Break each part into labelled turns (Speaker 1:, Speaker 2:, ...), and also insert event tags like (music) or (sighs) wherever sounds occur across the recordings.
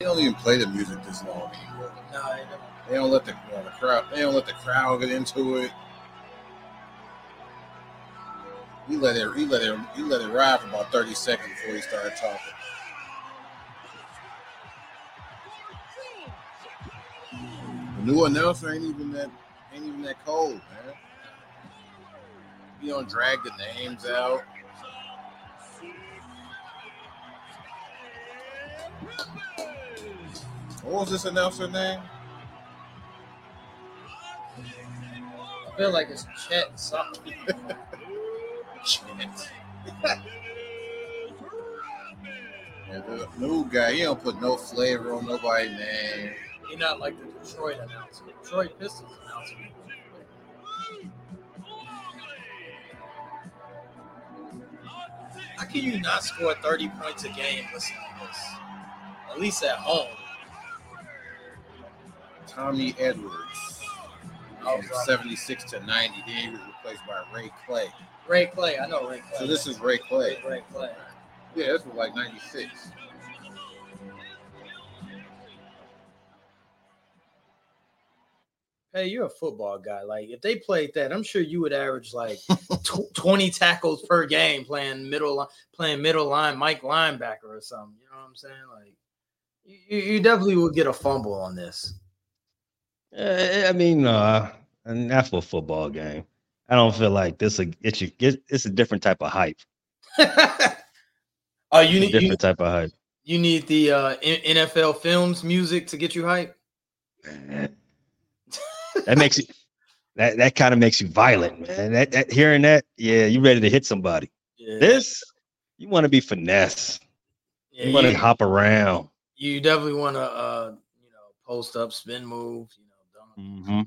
Speaker 1: They don't even play the music this long anymore. No, they don't. They don't let the, uh, the crowd. They don't let the crowd get into it. He let it. He let it. He let it ride for about thirty seconds before he started talking. The new announcer ain't even that. Ain't even that cold, man. He don't drag the names out. What was this announcer name?
Speaker 2: I feel like it's Chet something. (laughs)
Speaker 1: Shit. Yeah, the new guy, he don't put no flavor on nobody's name.
Speaker 2: You're not like the Detroit announcer. Detroit Pistons announcer. How can you not score 30 points a game listening to this? At least at home.
Speaker 1: Tommy Edwards.
Speaker 2: Oh,
Speaker 1: From
Speaker 2: right.
Speaker 1: 76 to 90. Then he was replaced by Ray Clay.
Speaker 2: Ray Clay, I know Ray Clay.
Speaker 1: So this is Ray Clay.
Speaker 2: Ray Clay.
Speaker 1: Yeah, this was like 96.
Speaker 2: Hey, you're a football guy. Like, if they played that, I'm sure you would average like tw- 20 tackles per game playing middle li- playing middle line, Mike linebacker or something. You know what I'm saying? Like, you, you you definitely would get a fumble on this.
Speaker 3: Uh, I mean, uh, an actual football game. I don't feel like this. A, it's a, it's a different type of hype.
Speaker 2: oh, you
Speaker 3: It's a
Speaker 2: need you,
Speaker 3: different type of hype.
Speaker 2: you need the uh, N- NFL films music to get you hype.
Speaker 3: That makes
Speaker 2: (laughs)
Speaker 3: you. That that kind of makes you violent, man. That, that hearing that, yeah, you ready to hit somebody.
Speaker 2: Yeah.
Speaker 3: This, you want to be finesse.
Speaker 2: Yeah,
Speaker 3: You want to
Speaker 2: you-
Speaker 3: hop around.
Speaker 2: you definitely want to uh you know post up spin move you know
Speaker 3: Mhm.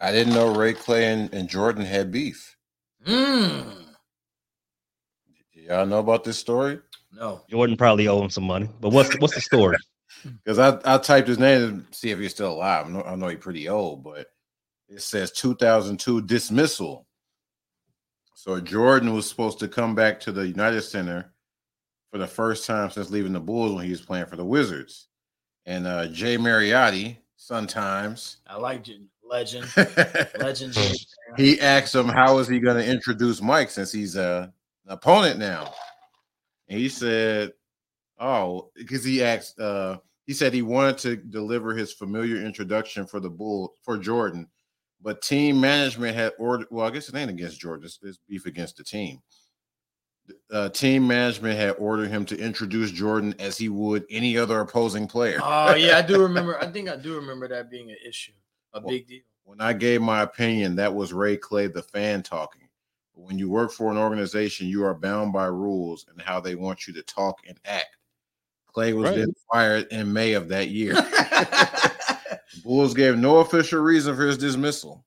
Speaker 1: I didn't know Ray Clay and, and Jordan had beef.
Speaker 2: don't mm,
Speaker 1: Did y'all know about this story?
Speaker 2: no
Speaker 3: Jordan probably owed him some money, but what's what's
Speaker 2: (laughs)
Speaker 3: the story?
Speaker 1: Because I, I typed his name to see if he's still alive. I know, I know he's pretty old, but it says 2002 dismissal. So Jordan was supposed to come back to the United Center for the first time since leaving the Bulls when he was playing for the Wizards. And uh, Jay Mariotti, (laughs) sometimes,
Speaker 2: i like you legend legend
Speaker 1: he asked him how is he going to introduce Mike since he's uh, an opponent now. And he said, "Oh, because he asked. Uh, he said he wanted to deliver his familiar introduction for the bull for Jordan, but team management had ordered. Well, I guess it ain't against Jordan. It's, it's beef against the team." Uh, team management had ordered him to introduce Jordan as he would any other opposing player.
Speaker 2: oh yeah
Speaker 1: (laughs)
Speaker 2: (laughs) i do remember i think i do remember that being an issue a
Speaker 1: Well-
Speaker 2: big deal
Speaker 1: When I gave my opinion, that was Ray Clay, the fan talking. When you work for an organization, you are bound by rules and how they want you to talk and act. Clay was
Speaker 3: Right.
Speaker 1: then fired in May of that year. Bulls gave no official reason for his dismissal,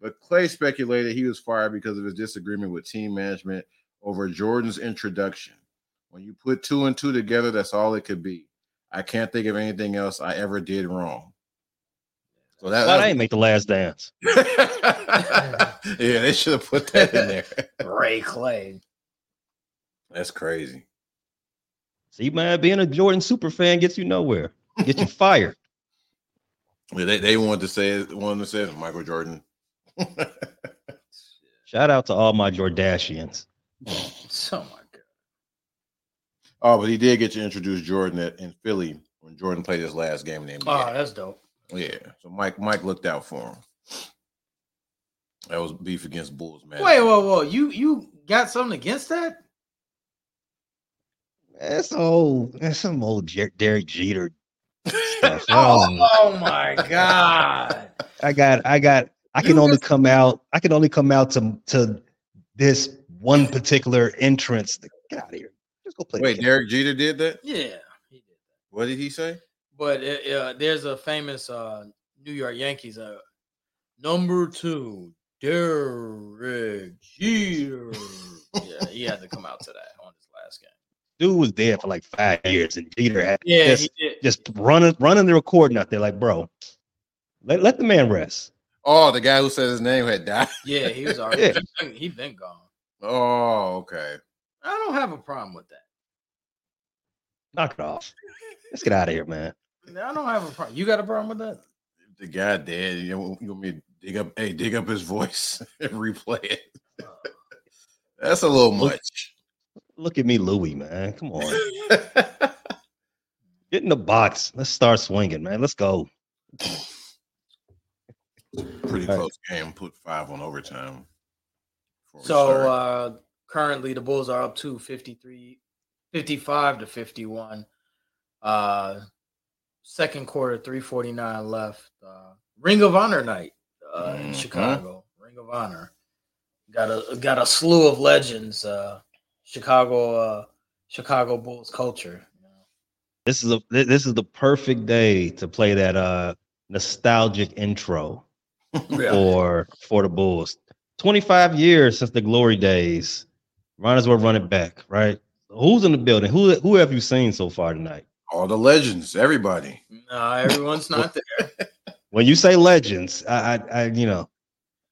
Speaker 1: but Clay speculated he was fired because of his disagreement with team management over Jordan's introduction. When you put two and two together, that's all it could be. I can't think of anything else I ever did wrong. So that,
Speaker 3: Why
Speaker 1: that-
Speaker 3: I ain't make the last dance?
Speaker 1: (laughs) yeah, they should have put that in there.
Speaker 2: (laughs) ray clay
Speaker 1: (laughs) That's crazy.
Speaker 3: See, man, being a Jordan super fan gets you nowhere.
Speaker 2: (laughs)
Speaker 3: Get you fired.
Speaker 1: Yeah, they they wanted to say wanted to say it, Michael Jordan. (laughs)
Speaker 3: Shout out to all my Jordashians.
Speaker 2: oh my god
Speaker 1: oh, but he did get to introduce Jordan at, in Philly when Jordan played his last game in the
Speaker 2: oh
Speaker 1: NBA.
Speaker 2: that's dope
Speaker 1: yeah, so Mike Mike looked out for him. That was beef against Bulls, man.
Speaker 2: wait whoa whoa you you got something against that
Speaker 3: That's old. That's some old Jer- Derek Jeter stuff. I, don't know.
Speaker 2: (laughs) oh my (laughs) god
Speaker 3: I got. I got. I can
Speaker 2: You
Speaker 3: only
Speaker 2: just-
Speaker 3: come out. I can only come out to to this one particular entrance. Get out of here. Just go play. the
Speaker 1: Wait,
Speaker 3: game.
Speaker 1: Derek Jeter did that.
Speaker 2: yeah he did.
Speaker 1: What did he say?
Speaker 2: But uh, uh, there's a famous uh, New York Yankees uh, number two, Derek Jeter. yeah, he had to come out to that on his last game. (laughs)
Speaker 3: Dude was dead for like five years, and Peter had
Speaker 2: Yeah,
Speaker 3: just,
Speaker 2: he did.
Speaker 3: just running, running the recording out there. Like, bro, let, let the man rest.
Speaker 1: Oh, the guy who said his name had died. (laughs)
Speaker 2: yeah, he was already.
Speaker 3: Yeah.
Speaker 2: he been, he been gone.
Speaker 1: Oh, okay.
Speaker 2: I don't have a problem with that.
Speaker 3: Knock it off. Let's get out of here, man.
Speaker 2: I don't have a problem. You got a problem with that?
Speaker 1: If the guy dead, you want you want me to dig up? Hey, dig up his voice (laughs) and replay it. That's a little much.
Speaker 3: Look at me, Louie, man. Come on. Get in the box. Let's start swinging, man. Let's go.
Speaker 1: Pretty
Speaker 3: All right.
Speaker 1: close game. Put five on overtime. before we
Speaker 2: So
Speaker 1: start.
Speaker 2: uh, currently the Bulls are up to 53, 55 to 51. Uh, second quarter, 349 left. Uh, Ring of Honor night uh, in
Speaker 1: Mhm.
Speaker 2: Chicago. Ring of Honor. Got a got a slew of legends, uh, Chicago uh, Chicago Bulls culture. you know.
Speaker 3: This is a thi- this is the perfect day to play that uh nostalgic intro for for the Bulls. 25 years since the glory days. Might as well run it back, right? Who's in the building? Who who have you seen so far tonight?
Speaker 1: all the legends, everybody.
Speaker 2: No, everyone's not there.
Speaker 3: When you say legends, I I, I you know,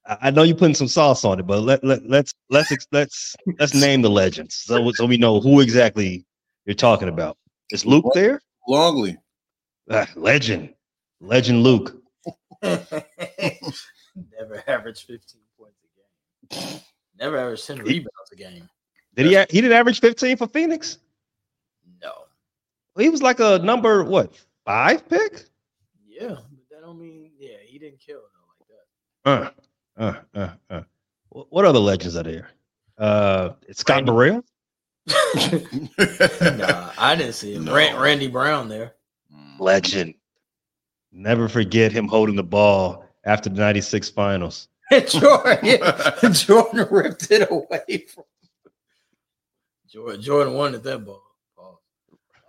Speaker 3: I, I know you're putting some sauce on it, but let, let let's let's ex- let's (laughs) let's name the legends so so we know who exactly you're talking about. Is Luke there?
Speaker 1: Longley.
Speaker 3: Ah, legend, legend Luke.
Speaker 2: (laughs) Never averaged 15 points a game. Never averaged 10 rebounds a game.
Speaker 3: Did he? a- He didn't average 15 for Phoenix.
Speaker 2: No.
Speaker 3: He was like a number what five pick.
Speaker 2: Yeah, but that don't mean yeah, he didn't kill though like that.
Speaker 3: Uh, uh, uh, uh. Wh- What other legends are there? Uh, Scott
Speaker 2: Randy.
Speaker 3: Burrell.
Speaker 1: (laughs)
Speaker 2: (laughs) Nah, I didn't see him.
Speaker 1: No.
Speaker 2: Ran- Randy Brown there.
Speaker 1: Hmm.
Speaker 3: Legend. Never forget him holding the ball after the '96 finals.
Speaker 2: Jordan, (laughs) Jordan ripped it away (laughs) from Jordan. Jordan wanted that ball.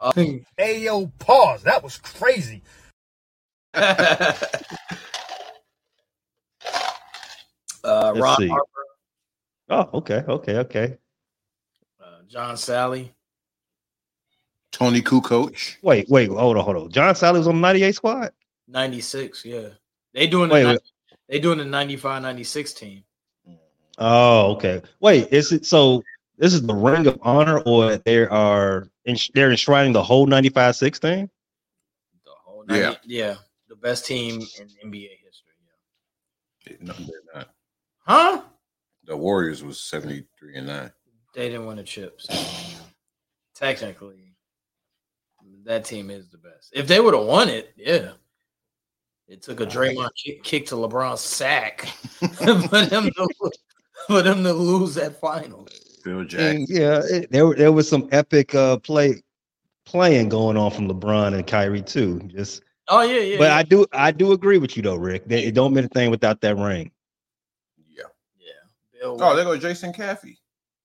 Speaker 2: Oh.
Speaker 4: Hey, yo, pause. That was crazy.
Speaker 2: Uh, (laughs) uh,
Speaker 3: Let's
Speaker 2: Ron
Speaker 3: see.
Speaker 2: Harper,
Speaker 3: Oh, okay, okay, okay.
Speaker 2: uh, John Sally.
Speaker 1: Tony Kukoc.
Speaker 3: Wait, wait, hold on, hold on. John Sally was on the '98 squad.
Speaker 2: 96 yeah they doing
Speaker 3: Wait,
Speaker 2: the,
Speaker 3: wait.
Speaker 2: 90 they doing the 95 96 team
Speaker 3: Oh, okay. Wait, is it so? This is the Ring of Honor, or they are ens- they're enshrining the whole '95-6 thing?
Speaker 2: the whole
Speaker 1: Yeah.
Speaker 2: 90 yeah the best team in nba history yeah.
Speaker 1: No, they're not.
Speaker 2: huh
Speaker 1: The Warriors was 73 and 9.
Speaker 2: they didn't win the chips technically that team is the best if they would have won it yeah it took a Draymond kick, kick to LeBron's sack (laughs) for them to, lo- for them to lose that final.
Speaker 1: Bill Jackson.
Speaker 3: And, Mm, Yeah, it, there were- there was some epic uh play playing going on from LeBron and Kyrie too. Just,
Speaker 2: Oh yeah, yeah.
Speaker 3: but
Speaker 2: yeah.
Speaker 3: I do I do agree with you though, Rick. They, it don't mean a thing without that ring.
Speaker 1: Yeah.
Speaker 2: yeah. Bill
Speaker 1: Oh, there goes Jason Caffey.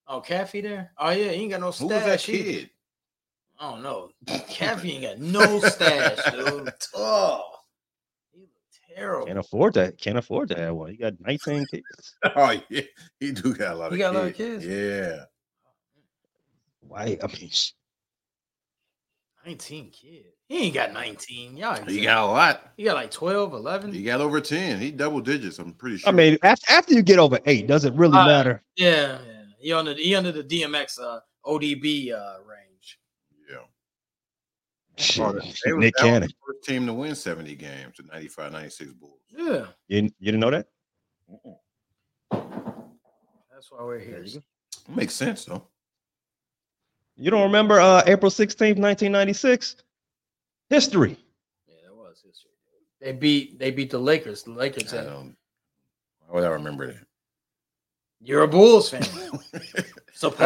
Speaker 2: Oh, Caffey there? Oh, yeah, he ain't got no
Speaker 1: Who
Speaker 2: stash.
Speaker 1: was that
Speaker 2: either.
Speaker 1: kid? (laughs)
Speaker 2: I don't know. Caffey ain't got no stash, dude. Oh, he look terrible.
Speaker 3: Can't afford that. Can't afford to have one. You got 19 kids.
Speaker 1: Oh, yeah. He do got a lot
Speaker 2: He
Speaker 1: of
Speaker 2: got a lot of
Speaker 1: kids. Yeah.
Speaker 3: Why? I mean, sh-
Speaker 2: 19 kid. He ain't got 19. Y'all,
Speaker 1: He
Speaker 2: he
Speaker 1: got a lot.
Speaker 2: he got like 12, 11.
Speaker 1: He got over 10. He double digits, I'm pretty sure.
Speaker 3: I mean, after, after you get over eight, does it really
Speaker 2: Uh,
Speaker 3: matter?
Speaker 2: yeah, yeah. He under he under the DMX uh, ODB uh, range.
Speaker 1: yeah.
Speaker 3: Shit,
Speaker 1: Oh, they was-
Speaker 3: Nick
Speaker 1: that was
Speaker 3: Cannon.
Speaker 1: the first team to win 70 games, the 95 96 Bulls.
Speaker 2: Yeah,
Speaker 3: You, didn't- you didn't know that?
Speaker 2: that's why we're here.
Speaker 1: Makes sense, though.
Speaker 3: You don't remember uh, April 16th, 1996? History.
Speaker 2: Yeah, that was history. They beat they beat the Lakers. The Lakers
Speaker 1: I
Speaker 2: had,
Speaker 1: don't, Um, why would I remember
Speaker 2: (laughs)
Speaker 1: that?
Speaker 2: you're a Bulls fan. Supposedly.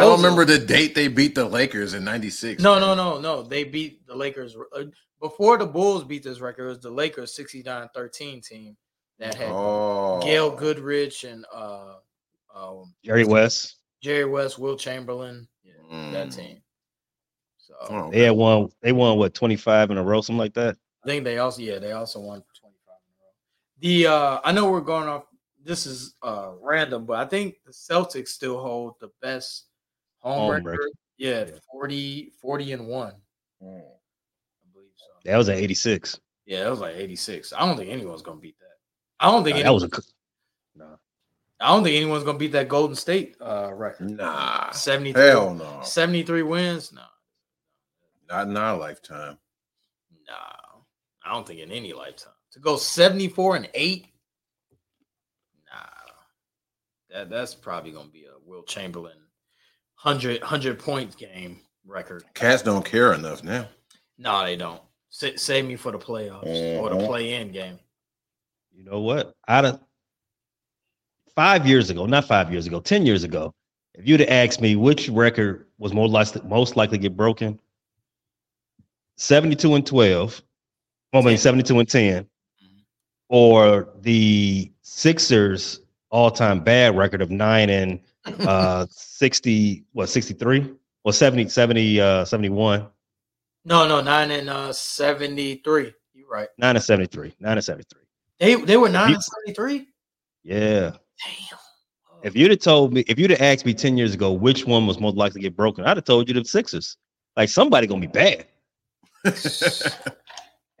Speaker 1: (laughs) I don't remember the date they beat the Lakers in 96.
Speaker 2: No, no, no, no. They beat the Lakers uh, before the Bulls beat this record. It was the Lakers 69-13 team that had
Speaker 1: Oh.
Speaker 2: Gail Goodrich and uh, um,
Speaker 3: Jerry West.
Speaker 2: Jerry West, Will Chamberlain, yeah, that
Speaker 1: Mm.
Speaker 2: team. So
Speaker 1: Oh,
Speaker 3: They had won. They won what 25 in a row, something like that.
Speaker 2: I think they also yeah they also won for 25 in a row. The uh, I know we're going off. This is uh, random, but I think the Celtics still hold the best home,
Speaker 3: Home
Speaker 2: record.
Speaker 3: record.
Speaker 2: Yeah, 40, 40 and one. I believe so.
Speaker 3: That was at 86.
Speaker 2: Yeah, that was like 86. I don't think anyone's gonna beat that. I don't think
Speaker 3: Nah, that
Speaker 2: anyone-
Speaker 3: was a c-
Speaker 2: I don't think anyone's gonna beat that Golden State uh record.
Speaker 1: Nah.
Speaker 2: 73,
Speaker 1: Hell no.
Speaker 2: 73 wins. No,
Speaker 1: Not in our lifetime.
Speaker 2: no, I don't think in any lifetime to go 74 and eight. Nah, that that's probably gonna be a Will Chamberlain 100, 100 point game record.
Speaker 1: Cats don't care enough now.
Speaker 2: No, they don't. Sa- save me for the playoffs or the
Speaker 1: Mhm.
Speaker 2: play in game.
Speaker 3: You know what? Out of five years ago, not five years ago, ten years ago, if you'd have asked me which record was most likely most likely to get broken, seventy-two and twelve, well, I mean
Speaker 2: Ten.
Speaker 3: seventy-two and 10 or the Sixers all-time bad record of nine and uh sixty, what sixty-three, or 70, 70, uh, 71,
Speaker 2: No, no, nine and uh 73. You're right.
Speaker 3: nine and seventy-three, nine and seventy-three.
Speaker 2: They they were nine
Speaker 3: you-
Speaker 2: and 73.
Speaker 3: Yeah.
Speaker 2: Damn.
Speaker 3: If you'd have told me, if you'd have asked me 10 years ago which one was most likely to get broken, I'd have told you the Sixers. Like somebody gonna be bad. (laughs)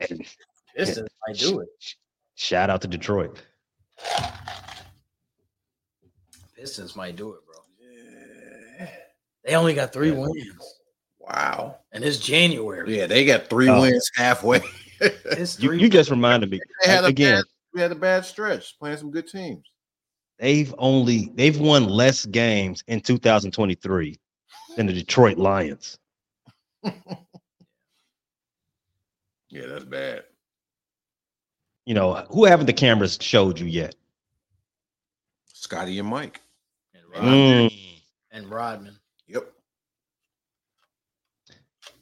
Speaker 3: And
Speaker 2: This is I do it.
Speaker 3: shout out to Detroit.
Speaker 2: Pistons might do it, bro. They only got three
Speaker 3: Yeah.
Speaker 2: wins,
Speaker 1: wow.
Speaker 2: and it's January.
Speaker 1: Yeah, they got three
Speaker 3: Oh.
Speaker 1: wins halfway. (laughs) they
Speaker 2: It's
Speaker 3: You,
Speaker 2: three.
Speaker 3: you just reminded
Speaker 1: (laughs)
Speaker 3: me
Speaker 1: had a
Speaker 3: again.
Speaker 1: bad, we had a bad stretch playing some good teams.
Speaker 3: They've only they've won less games in 2023 than the Detroit Lions.
Speaker 1: Yeah, that's bad.
Speaker 3: You know who haven't the cameras showed you yet?
Speaker 1: Scotty and Mike.
Speaker 2: and, Rodman,
Speaker 3: Mm.
Speaker 2: and Rodman. (laughs)
Speaker 1: Yep.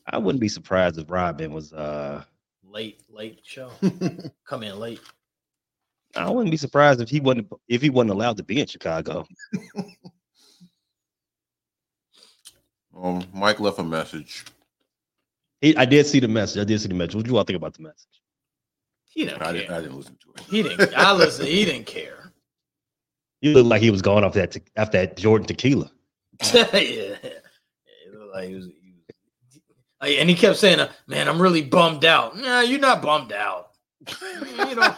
Speaker 3: I wouldn't be surprised if Robin was. uh
Speaker 2: Late, late show. Come in late.
Speaker 3: I wouldn't be surprised if he wasn't if he wasn't allowed to be in Chicago.
Speaker 1: Um, Mike left a message.
Speaker 3: He, I did see the message. I did see the message. What do you all think about the message?
Speaker 2: He didn't
Speaker 1: I, didn't,
Speaker 2: care.
Speaker 1: I didn't listen to it.
Speaker 2: He didn't.
Speaker 1: (laughs)
Speaker 2: I listen. He didn't care. (laughs)
Speaker 3: He looked like he was going off that te- after that Jordan tequila.
Speaker 2: yeah. It looked like he was- he was- Like, and he kept saying, uh, "Man, I'm really bummed out." Nah, you're not bummed out. You don't.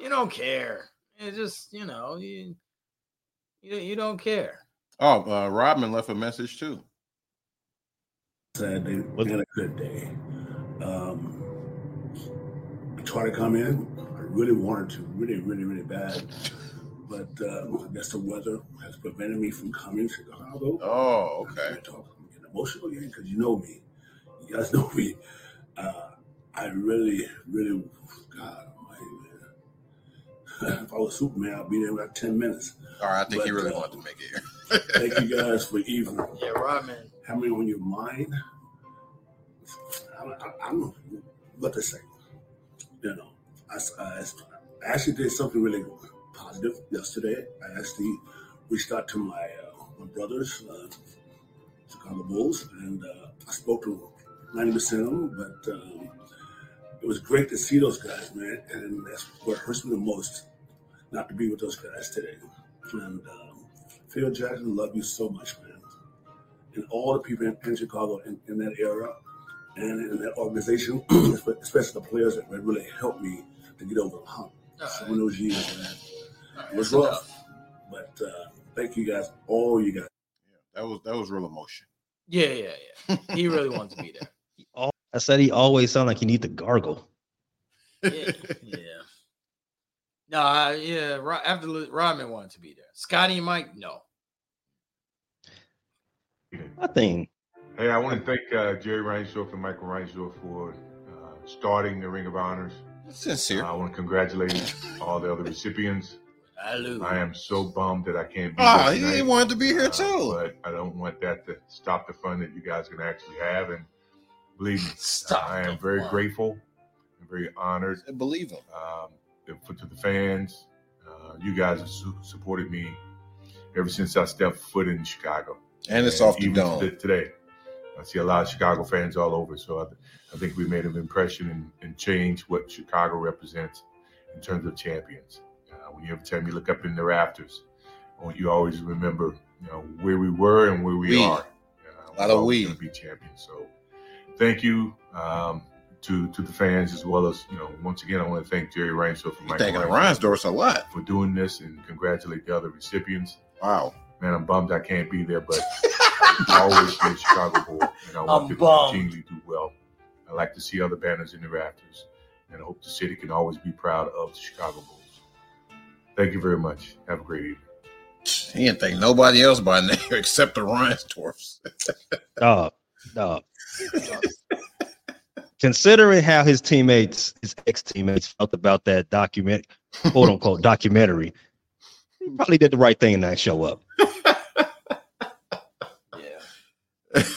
Speaker 2: You don't care. It's just you know you you, you don't care.
Speaker 1: Oh, uh, Rodman left a message too.
Speaker 5: Saturday,
Speaker 3: What-
Speaker 5: we had a good day. Um, I tried to come in. I really wanted to, really, really, really bad. But um, I guess the weather has prevented me from coming to Chicago.
Speaker 1: Oh,
Speaker 5: I'm
Speaker 1: okay.
Speaker 5: gonna talk- I'm getting emotional again because you know me. You guys (laughs) know me. Uh, I really, really, God Almighty, man. (laughs) if I was Superman, I'd be there in about 10 minutes.
Speaker 1: All right, I think he
Speaker 5: But,
Speaker 1: really
Speaker 5: uh,
Speaker 1: wanted to make it here.
Speaker 5: Thank you guys for even
Speaker 2: Yeah, Rodman.
Speaker 5: having me on your mind. I, don't- I, I don't know what to say. You know, I, s- I s- I actually did something really positive yesterday. I actually reached out to my uh, my brothers, uh, Chicago Bulls, and uh, I spoke to ninety percent of them. But um, it was great to see those guys, man, and that's what hurts me the most, not to be with those guys today. And um, Phil Jackson, love you so much, man and all the people in, in Chicago in, in that era and in that organization, (clears throat) especially the players that really helped me to get over the hump.
Speaker 2: All
Speaker 5: Some
Speaker 2: right,
Speaker 5: of those years, man,
Speaker 2: all right,
Speaker 5: it was
Speaker 2: that's enough.
Speaker 5: rough. But uh, thank you guys, all you guys.
Speaker 1: that was that was real emotion. (laughs)
Speaker 2: Yeah, yeah, yeah. He really wants to be there.
Speaker 3: He al- I said he always sounded like he needs to gargle.
Speaker 2: Yeah, yeah. No, I, yeah. Ro- After Lu- Rodman wanted to be there. Scotty and Mike, no.
Speaker 3: I think
Speaker 6: Hey, I want to thank uh, Jerry Reinsdorf and Michael Reinsdorf for uh, starting the Ring of Honors. Uh,
Speaker 2: Oh,
Speaker 1: Sincere.
Speaker 6: I want to congratulate all the other recipients.
Speaker 2: I lose.
Speaker 6: I am so bummed that I can't be
Speaker 1: Ah,
Speaker 6: here tonight,
Speaker 1: he wanted to be here
Speaker 6: uh,
Speaker 2: Oh,
Speaker 1: too.
Speaker 6: but I don't want that to stop the fun that you guys can actually have. And believe me,
Speaker 2: Stop.
Speaker 6: I
Speaker 2: the
Speaker 6: am very
Speaker 2: fun.
Speaker 6: grateful and very honored
Speaker 1: I believe him.
Speaker 6: um, for- to the fans. Uh, you guys have su- supported me ever since I stepped foot in Chicago.
Speaker 1: And it's off the
Speaker 6: even
Speaker 1: dome.
Speaker 6: to- today. I see a lot of Chicago fans all over, so I, I think we made an impression and, and changed what Chicago represents in terms of champions. Uh, when you every time you look up in the rafters, I want you to always remember you know where we were and where we,
Speaker 1: We. A
Speaker 6: are. Uh,
Speaker 1: lot of
Speaker 6: we're always
Speaker 1: we.
Speaker 6: gonna be champions. So thank you um, to to the fans as well as you know. Once again, I want to thank Jerry Reinsdorf for
Speaker 1: You're
Speaker 6: Michael
Speaker 1: thanking the
Speaker 6: Reinsdorf
Speaker 1: Reinsdorfs a lot.
Speaker 6: for doing this and congratulate the other recipients.
Speaker 1: Wow.
Speaker 6: Man, I'm bummed I can't be there, but I always be a Chicago boy, and I want
Speaker 2: I'm
Speaker 6: them
Speaker 2: bummed.
Speaker 6: to continue to do well. I like to see other banners in the rafters, and I hope the city can always be proud of the Chicago Bulls. Thank you very much. Have a great evening.
Speaker 1: He didn't thank nobody else by (laughs) name except the Reinsdorfs. (laughs)
Speaker 3: Dog, dog. Considering how his teammates, his ex teammates, felt about that document, quote unquote documentary, he probably did the right thing and not show up.
Speaker 2: Yeah.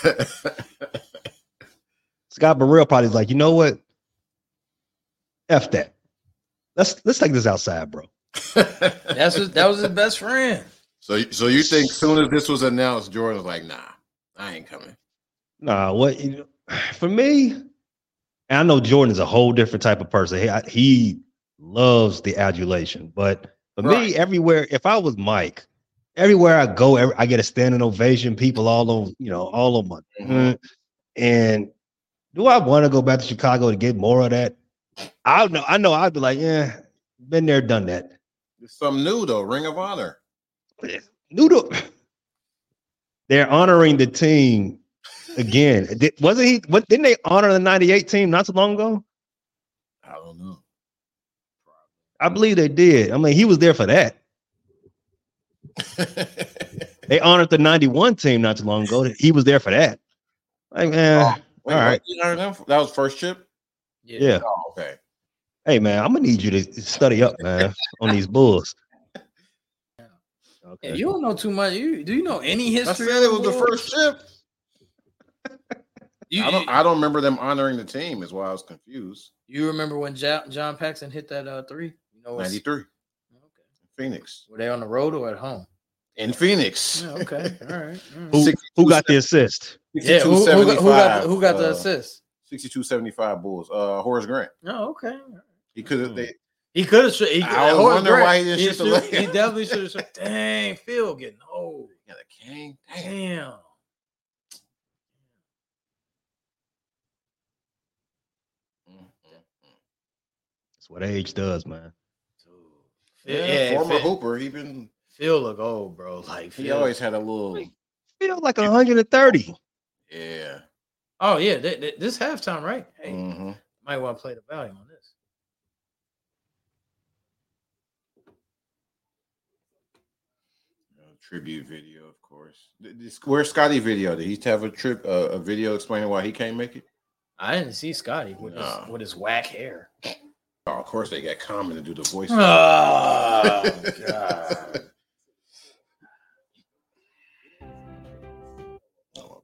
Speaker 3: Scott Burrell probably's like, you know what? F that. Let's let's take this outside, bro.
Speaker 2: That's his, that was his best friend.
Speaker 1: so, so you think soon as this was announced, Jordan was like, "Nah, I ain't coming."
Speaker 3: Nah, what you (sighs) for me? and I know Jordan is a whole different type of person. He I- he loves the adulation, but for
Speaker 1: Right.
Speaker 3: me, everywhere if I was Mike, everywhere I go, every, I get a standing ovation. People all on you know all on my
Speaker 1: Mhm.
Speaker 3: and do I want to go back to Chicago to get more of that? I know I know I'd be like, yeah, been there, done that.
Speaker 1: It's something new though. Ring of Honor.
Speaker 3: Noodle. They're honoring the team
Speaker 1: (laughs)
Speaker 3: again. Did, wasn't he? What didn't they honor the '98 team not so long ago?
Speaker 1: I don't know. (laughs)
Speaker 3: I believe they did. I mean, he was there for that. They honored the '91 team not too long ago. He was there for that. Like, man,
Speaker 1: Wait,
Speaker 3: All
Speaker 1: what
Speaker 3: right.
Speaker 1: did I learn that- That was first chip.
Speaker 3: yeah.
Speaker 1: Oh, okay.
Speaker 3: Hey, man, I'm gonna need you to study up, man, on these Bulls.
Speaker 2: Yeah,
Speaker 3: Okay.
Speaker 2: you don't know too much. You do you know any
Speaker 1: I
Speaker 2: history?
Speaker 1: said it was the
Speaker 2: Bulls?
Speaker 1: first chip.
Speaker 2: You,
Speaker 1: I don't.
Speaker 2: you-
Speaker 1: I don't remember them honoring the team. Is why I was confused.
Speaker 2: you remember when ja- John Paxson hit that uh, three? You know, it's-
Speaker 1: Ninety three,
Speaker 2: okay.
Speaker 1: Phoenix,
Speaker 2: were they on the road or at home?
Speaker 1: in Phoenix.
Speaker 2: Yeah, (laughs) okay, all right. all right.
Speaker 3: Who,
Speaker 1: 62,
Speaker 3: who got the assist?
Speaker 2: Yeah, who, who got, who got the, who got the
Speaker 1: uh,
Speaker 2: assist?
Speaker 1: 62-75 Bulls. Uh, Horace Grant.
Speaker 2: No, Oh, okay.
Speaker 1: He could have.
Speaker 3: Hmm.
Speaker 1: They
Speaker 2: He could have. He,
Speaker 1: I was
Speaker 2: Horace
Speaker 1: wondering why he didn't shoot the
Speaker 2: should-
Speaker 1: layup.
Speaker 2: He
Speaker 1: (laughs)
Speaker 2: definitely should have. Dang, Phil getting old.
Speaker 1: yeah, the King. Damn.
Speaker 2: Damn.
Speaker 3: That's what age does, man.
Speaker 2: Dude.
Speaker 1: Yeah,
Speaker 2: Yeah,
Speaker 1: former
Speaker 2: Phil,
Speaker 1: Hooper. He been.
Speaker 2: Phil look old, bro. Like
Speaker 1: He
Speaker 2: Phil-
Speaker 1: always had a little.
Speaker 3: Feel like 130.
Speaker 1: Yeah.
Speaker 2: Oh yeah, th- th- this halftime, right? Hey,
Speaker 1: hmm
Speaker 2: might want to play the volume on this.
Speaker 1: tribute video, of course. Th- this- Where's Scotty video? Did he have a trip? Uh, a video explaining why he can't make it?
Speaker 2: I didn't see Scotty with
Speaker 1: Nah.
Speaker 2: his with his
Speaker 1: (laughs)
Speaker 2: whack hair.
Speaker 1: Oh, of course they got Common to do the voice. (laughs)
Speaker 2: Oh, (laughs) God.
Speaker 1: Oh,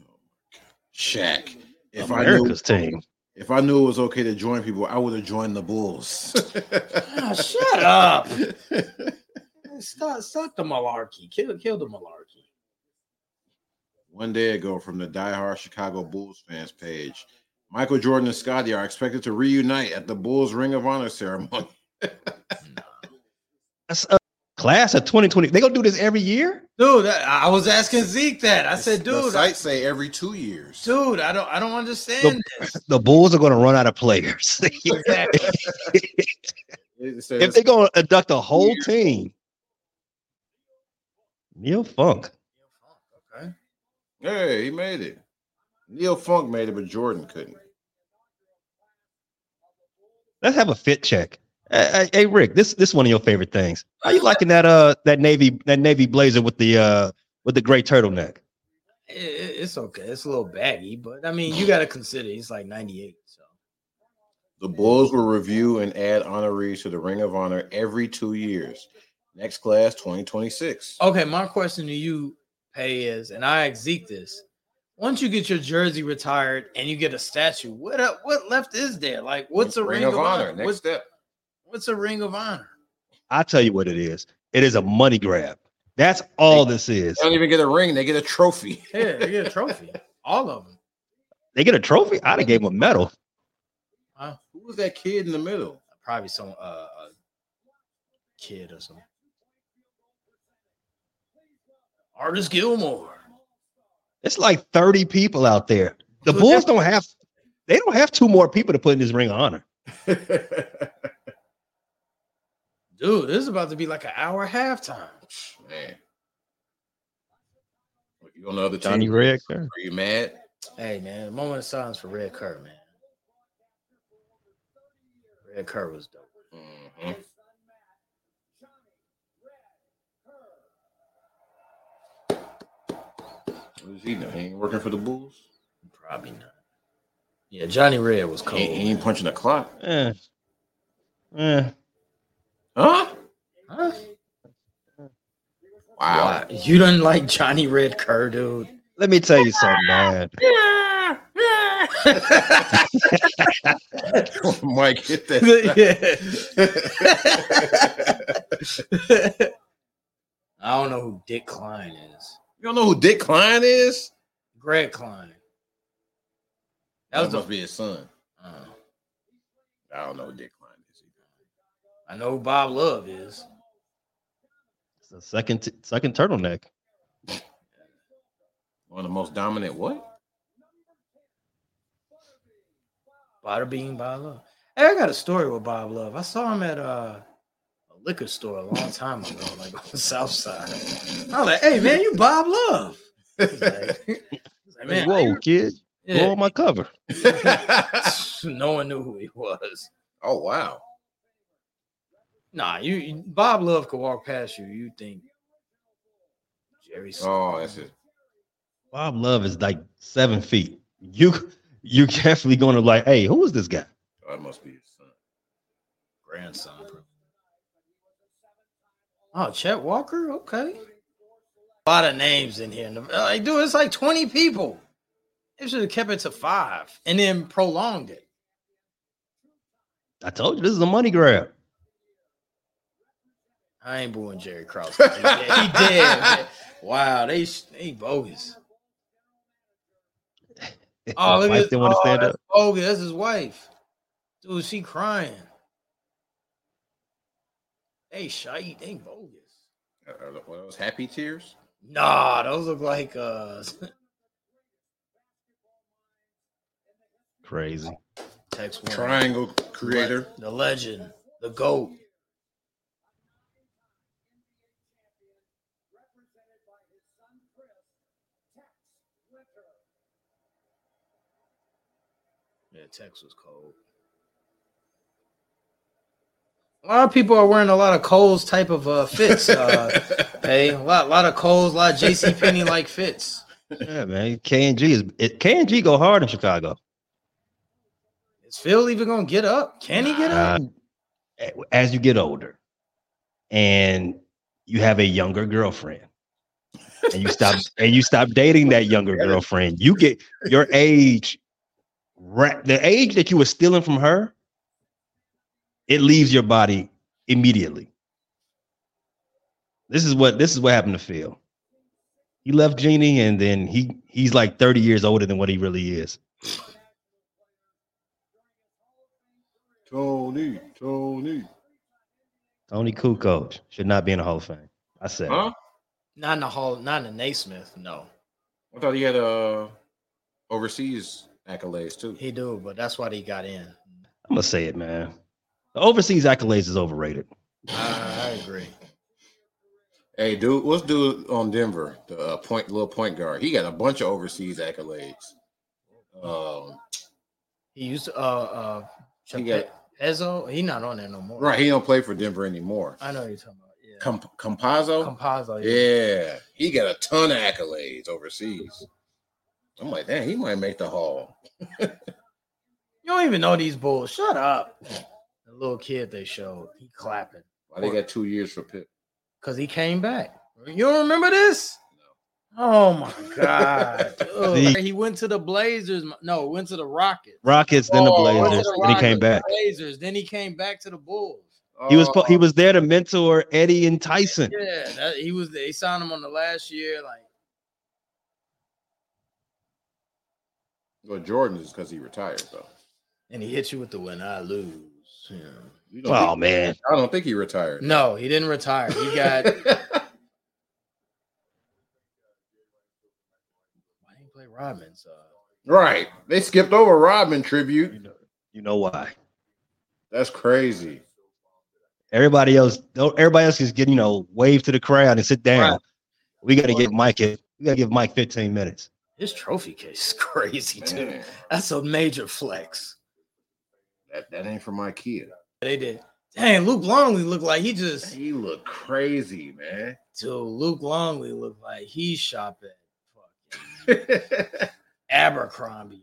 Speaker 1: my God. Shaq. If I knew
Speaker 3: America's team.
Speaker 1: if I knew it was okay to join people, I would have joined the Bulls. (laughs)
Speaker 2: Ah, shut up. (laughs) Stop, stop the malarkey. Kill, kill the malarkey.
Speaker 1: One day ago, from the diehard Chicago Bulls fans page, Michael Jordan and Scotty are expected to reunite at the Bulls Ring of Honor ceremony.
Speaker 3: That's a class of 2020. They gonna do this every year? (clears throat)
Speaker 2: Dude, I, I was asking Zeke that. I said,
Speaker 1: the
Speaker 2: dude,
Speaker 1: site say every two years.
Speaker 2: dude, I don't, I don't understand this.
Speaker 3: The Bulls are gonna run out of players. (laughs)
Speaker 2: Exactly.
Speaker 1: They say
Speaker 3: if
Speaker 1: this-
Speaker 3: they're gonna induct a whole team. Neil Funk.
Speaker 2: Okay.
Speaker 1: hey, he made it. Neil Funk made it, but Jordan couldn't.
Speaker 3: Let's have a fit check. Hey, hey, hey, Rick, this this one of your favorite things. How you liking that uh that navy that navy blazer with the uh with the gray turtleneck?
Speaker 2: It- it- it's okay. It's a little baggy, but I mean, you got to consider he's like 98. So
Speaker 1: The Bulls will review and add honorees to the Ring of Honor every two years. Next class, 2026.
Speaker 2: Okay, my question to you, Pay, is, and I ask Zeke this: Once you get your jersey retired and you get a statue, what up, what left is there? Like, what's a ring, of, honor?
Speaker 1: Next
Speaker 2: What's,
Speaker 1: step.
Speaker 2: what's a ring of honor?
Speaker 3: I tell you what it is. It is a money grab. That's all this is.
Speaker 1: They don't even get a ring; they get a trophy. (laughs)
Speaker 2: Yeah, they get a trophy. All of them.
Speaker 3: They get a trophy. I'd have gave them a medal.
Speaker 2: Wow.
Speaker 1: Who was that kid in the middle?
Speaker 2: Probably some uh kid or something. Artist Gilmore.
Speaker 3: It's like 30 people out there. The
Speaker 2: Who's
Speaker 3: Bulls
Speaker 2: that?
Speaker 3: don't have they don't have two more people to put in this ring of honor.
Speaker 1: Man,
Speaker 2: Dude, this is about to be like an hour halftime.
Speaker 1: you on the other
Speaker 3: Johnny
Speaker 1: team?
Speaker 3: Riggs.
Speaker 1: Are you mad?
Speaker 2: Hey man, moment of silence for Red Kerr, man. Red Kerr was dope.
Speaker 1: Mhm. What does he know? He ain't working for the Bulls.
Speaker 2: Probably not. Yeah, Johnny Red was
Speaker 1: He
Speaker 2: cold.
Speaker 1: ain't, he ain't
Speaker 2: man.
Speaker 1: punching the clock,
Speaker 3: Eh. Eh.
Speaker 1: huh?
Speaker 2: Huh?
Speaker 1: (laughs) Wow.
Speaker 2: You didn't like Johnny Red Kerr, dude. (laughs)
Speaker 3: Let me tell you something, man.
Speaker 1: Oh, Mike, hit (laughs)
Speaker 3: (laughs)
Speaker 1: that.
Speaker 2: I don't know who Dick Klein is.
Speaker 1: You don't know who Dick Klein is?
Speaker 2: Greg Klein. That was
Speaker 1: must
Speaker 2: a,
Speaker 1: be his son.
Speaker 2: uh,
Speaker 1: I don't know who Dick Klein is.
Speaker 2: I know who Bob Love is.
Speaker 3: It's the second t- second turtleneck.
Speaker 1: One of the most dominant what?
Speaker 2: Bada Bean Bob Love. Hey, I got a story with Bob Love. I saw him at uh, a liquor store a long time ago, like on the South Side. I was like, "Hey, man, you Bob Love?" He's like, he's like, man,
Speaker 3: Whoa, kid. Blow
Speaker 2: yeah.
Speaker 3: on my cover.
Speaker 2: (laughs) no one knew who he was.
Speaker 1: (laughs) oh wow.
Speaker 2: Nah, you, you- Bob Love could walk past you. You think Jerry? Sp-
Speaker 1: Oh, that's it.
Speaker 3: Bob Love is like seven feet. You you definitely gonna like, hey, who is this guy?
Speaker 1: Oh, it must be his son.
Speaker 2: grandson. bro. Oh, Chet Walker. Okay. A lot of names in here. Like, dude, it's like 20 people. They should have kept it to five and then prolonged it.
Speaker 3: I told you this is a money grab.
Speaker 2: I ain't booing Jerry Krause. man. He dead. He dead, man. Wow, they they bogus. Oh, look at
Speaker 3: His wife
Speaker 2: this.
Speaker 3: didn't want to
Speaker 2: Oh,
Speaker 3: stand
Speaker 2: that's
Speaker 3: up.
Speaker 2: Bogus. That's his wife. Dude, she crying. They shite. They bogus.
Speaker 1: Are- are- Were those happy tears?
Speaker 2: Nah, those look like uh (laughs)
Speaker 3: Crazy.
Speaker 2: text one.
Speaker 1: Triangle creator.
Speaker 2: The legend, the GOAT. Yeah, Tex was cold. A lot of people are wearing a lot of Coles type of uh, fits. Uh,
Speaker 1: (laughs)
Speaker 2: hey, a lot, lot of Coles, a lot of JC Penney like fits.
Speaker 3: Yeah, man. KNG is it KNG go hard in Chicago.
Speaker 2: Is Phil even gonna get up? Can he get up?
Speaker 3: Uh, as you get older and you have a younger girlfriend and you stop and you stop dating that younger girlfriend, you get your age ra- the age that you were stealing from her, it leaves your body immediately. This is what this is what happened to Phil. He left Jeannie and then he he's like 30 years older than what he really is.
Speaker 1: Tony, Tony.
Speaker 3: Tony Kukoc should not be in the Hall of Fame. I said it.
Speaker 1: Huh?
Speaker 2: Not in the hall, not in the Naismith. No,
Speaker 1: I thought he had uh overseas accolades too.
Speaker 2: he do, but that's why he got in.
Speaker 3: I'm gonna say it, man. The overseas accolades is overrated.
Speaker 2: I, I agree.
Speaker 1: Hey, dude, what's dude on Denver? The uh, point little point guard. He got a bunch of overseas accolades. Um,
Speaker 2: He used to, uh uh
Speaker 1: He
Speaker 2: he
Speaker 1: got-
Speaker 2: Ezzo. He not on there no more.
Speaker 1: right, he don't play for Denver anymore.
Speaker 2: I know what you're talking about. Yeah.
Speaker 1: Com- Compazzo.
Speaker 2: Compazzo.
Speaker 1: Yeah, he got a ton of accolades overseas. I'm like, damn, he might make the hall.
Speaker 2: You don't even know these bulls. Shut up. The little kid they showed. He clapping
Speaker 1: Why they got two years for Pip?
Speaker 2: because he came back. You don't remember this? Oh my
Speaker 1: (laughs)
Speaker 2: god! dude. he went to the Blazers. No, went to the Rockets.
Speaker 3: Rockets, then the
Speaker 1: Oh,
Speaker 3: Blazers,
Speaker 2: Went to the
Speaker 3: and he came
Speaker 2: Rockets,
Speaker 3: back.
Speaker 2: Blazers. Then he came back to the Bulls.
Speaker 3: He was po- he was there to mentor Eddie and Tyson.
Speaker 2: Yeah, that, he was. They signed him on the last year. Like,
Speaker 1: Oh, Well, Jordan is because he retired though.
Speaker 2: and he hit you with the win. I lose. Yeah.
Speaker 1: You don't
Speaker 3: Oh
Speaker 1: think-
Speaker 3: man,
Speaker 1: I don't think he retired.
Speaker 2: No, he didn't retire. He (laughs) got. Why didn't he play Rodman's? Uh,
Speaker 1: (laughs) right. They skipped over Rodman tribute.
Speaker 3: you know, you know why?
Speaker 1: That's crazy.
Speaker 3: Everybody else, though, everybody else is getting you know wave to the crowd and sit down.
Speaker 2: Right.
Speaker 3: We got to get Mike. it. We got to give Mike 15 minutes.
Speaker 2: his trophy case is (laughs) crazy too.
Speaker 1: Man,
Speaker 2: That's a major flex.
Speaker 1: that, that ain't from IKEA.
Speaker 2: They did. Dang, Luke Longley looked like he just.
Speaker 1: He looked crazy, man.
Speaker 2: Dude, Luke Longley looked like he shopping. Abercrombie.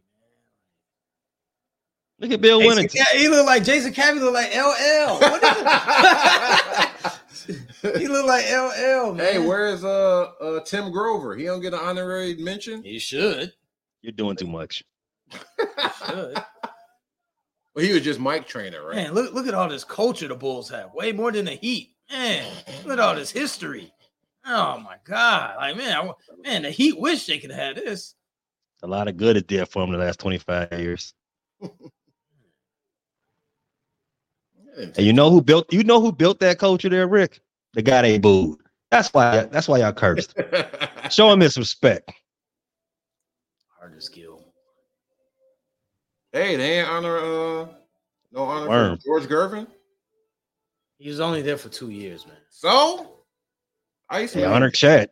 Speaker 3: Look at Bill
Speaker 2: Jason,
Speaker 3: Winnington.
Speaker 2: yeah, he looked like Jason Cabby looked
Speaker 1: (laughs)
Speaker 2: like LL. What is- (laughs) he looked like LL, man.
Speaker 1: hey, where is uh, uh Tim Grover? He don't get an honorary mention.
Speaker 2: He should.
Speaker 3: You're doing too much.
Speaker 1: well,
Speaker 2: should.
Speaker 1: he was just Mike trainer, right?
Speaker 2: Man, look look at all this culture the Bulls have. Way more than the Heat. Man, look at all this history. Oh my God! Like man, I, wa- man, the Heat wish they could have this.
Speaker 3: A lot of good it did for him the last 25 years. And you know who built you know who built that culture there, Rick? The guy they booed. That's why that's why y'all cursed. Show him his respect.
Speaker 2: Hardest skill.
Speaker 1: (laughs) hey, they ain't honor uh no honor for
Speaker 3: Worm.
Speaker 1: George Gervin.
Speaker 2: He was only there for two years, man.
Speaker 1: So Ice
Speaker 3: They honor Chad.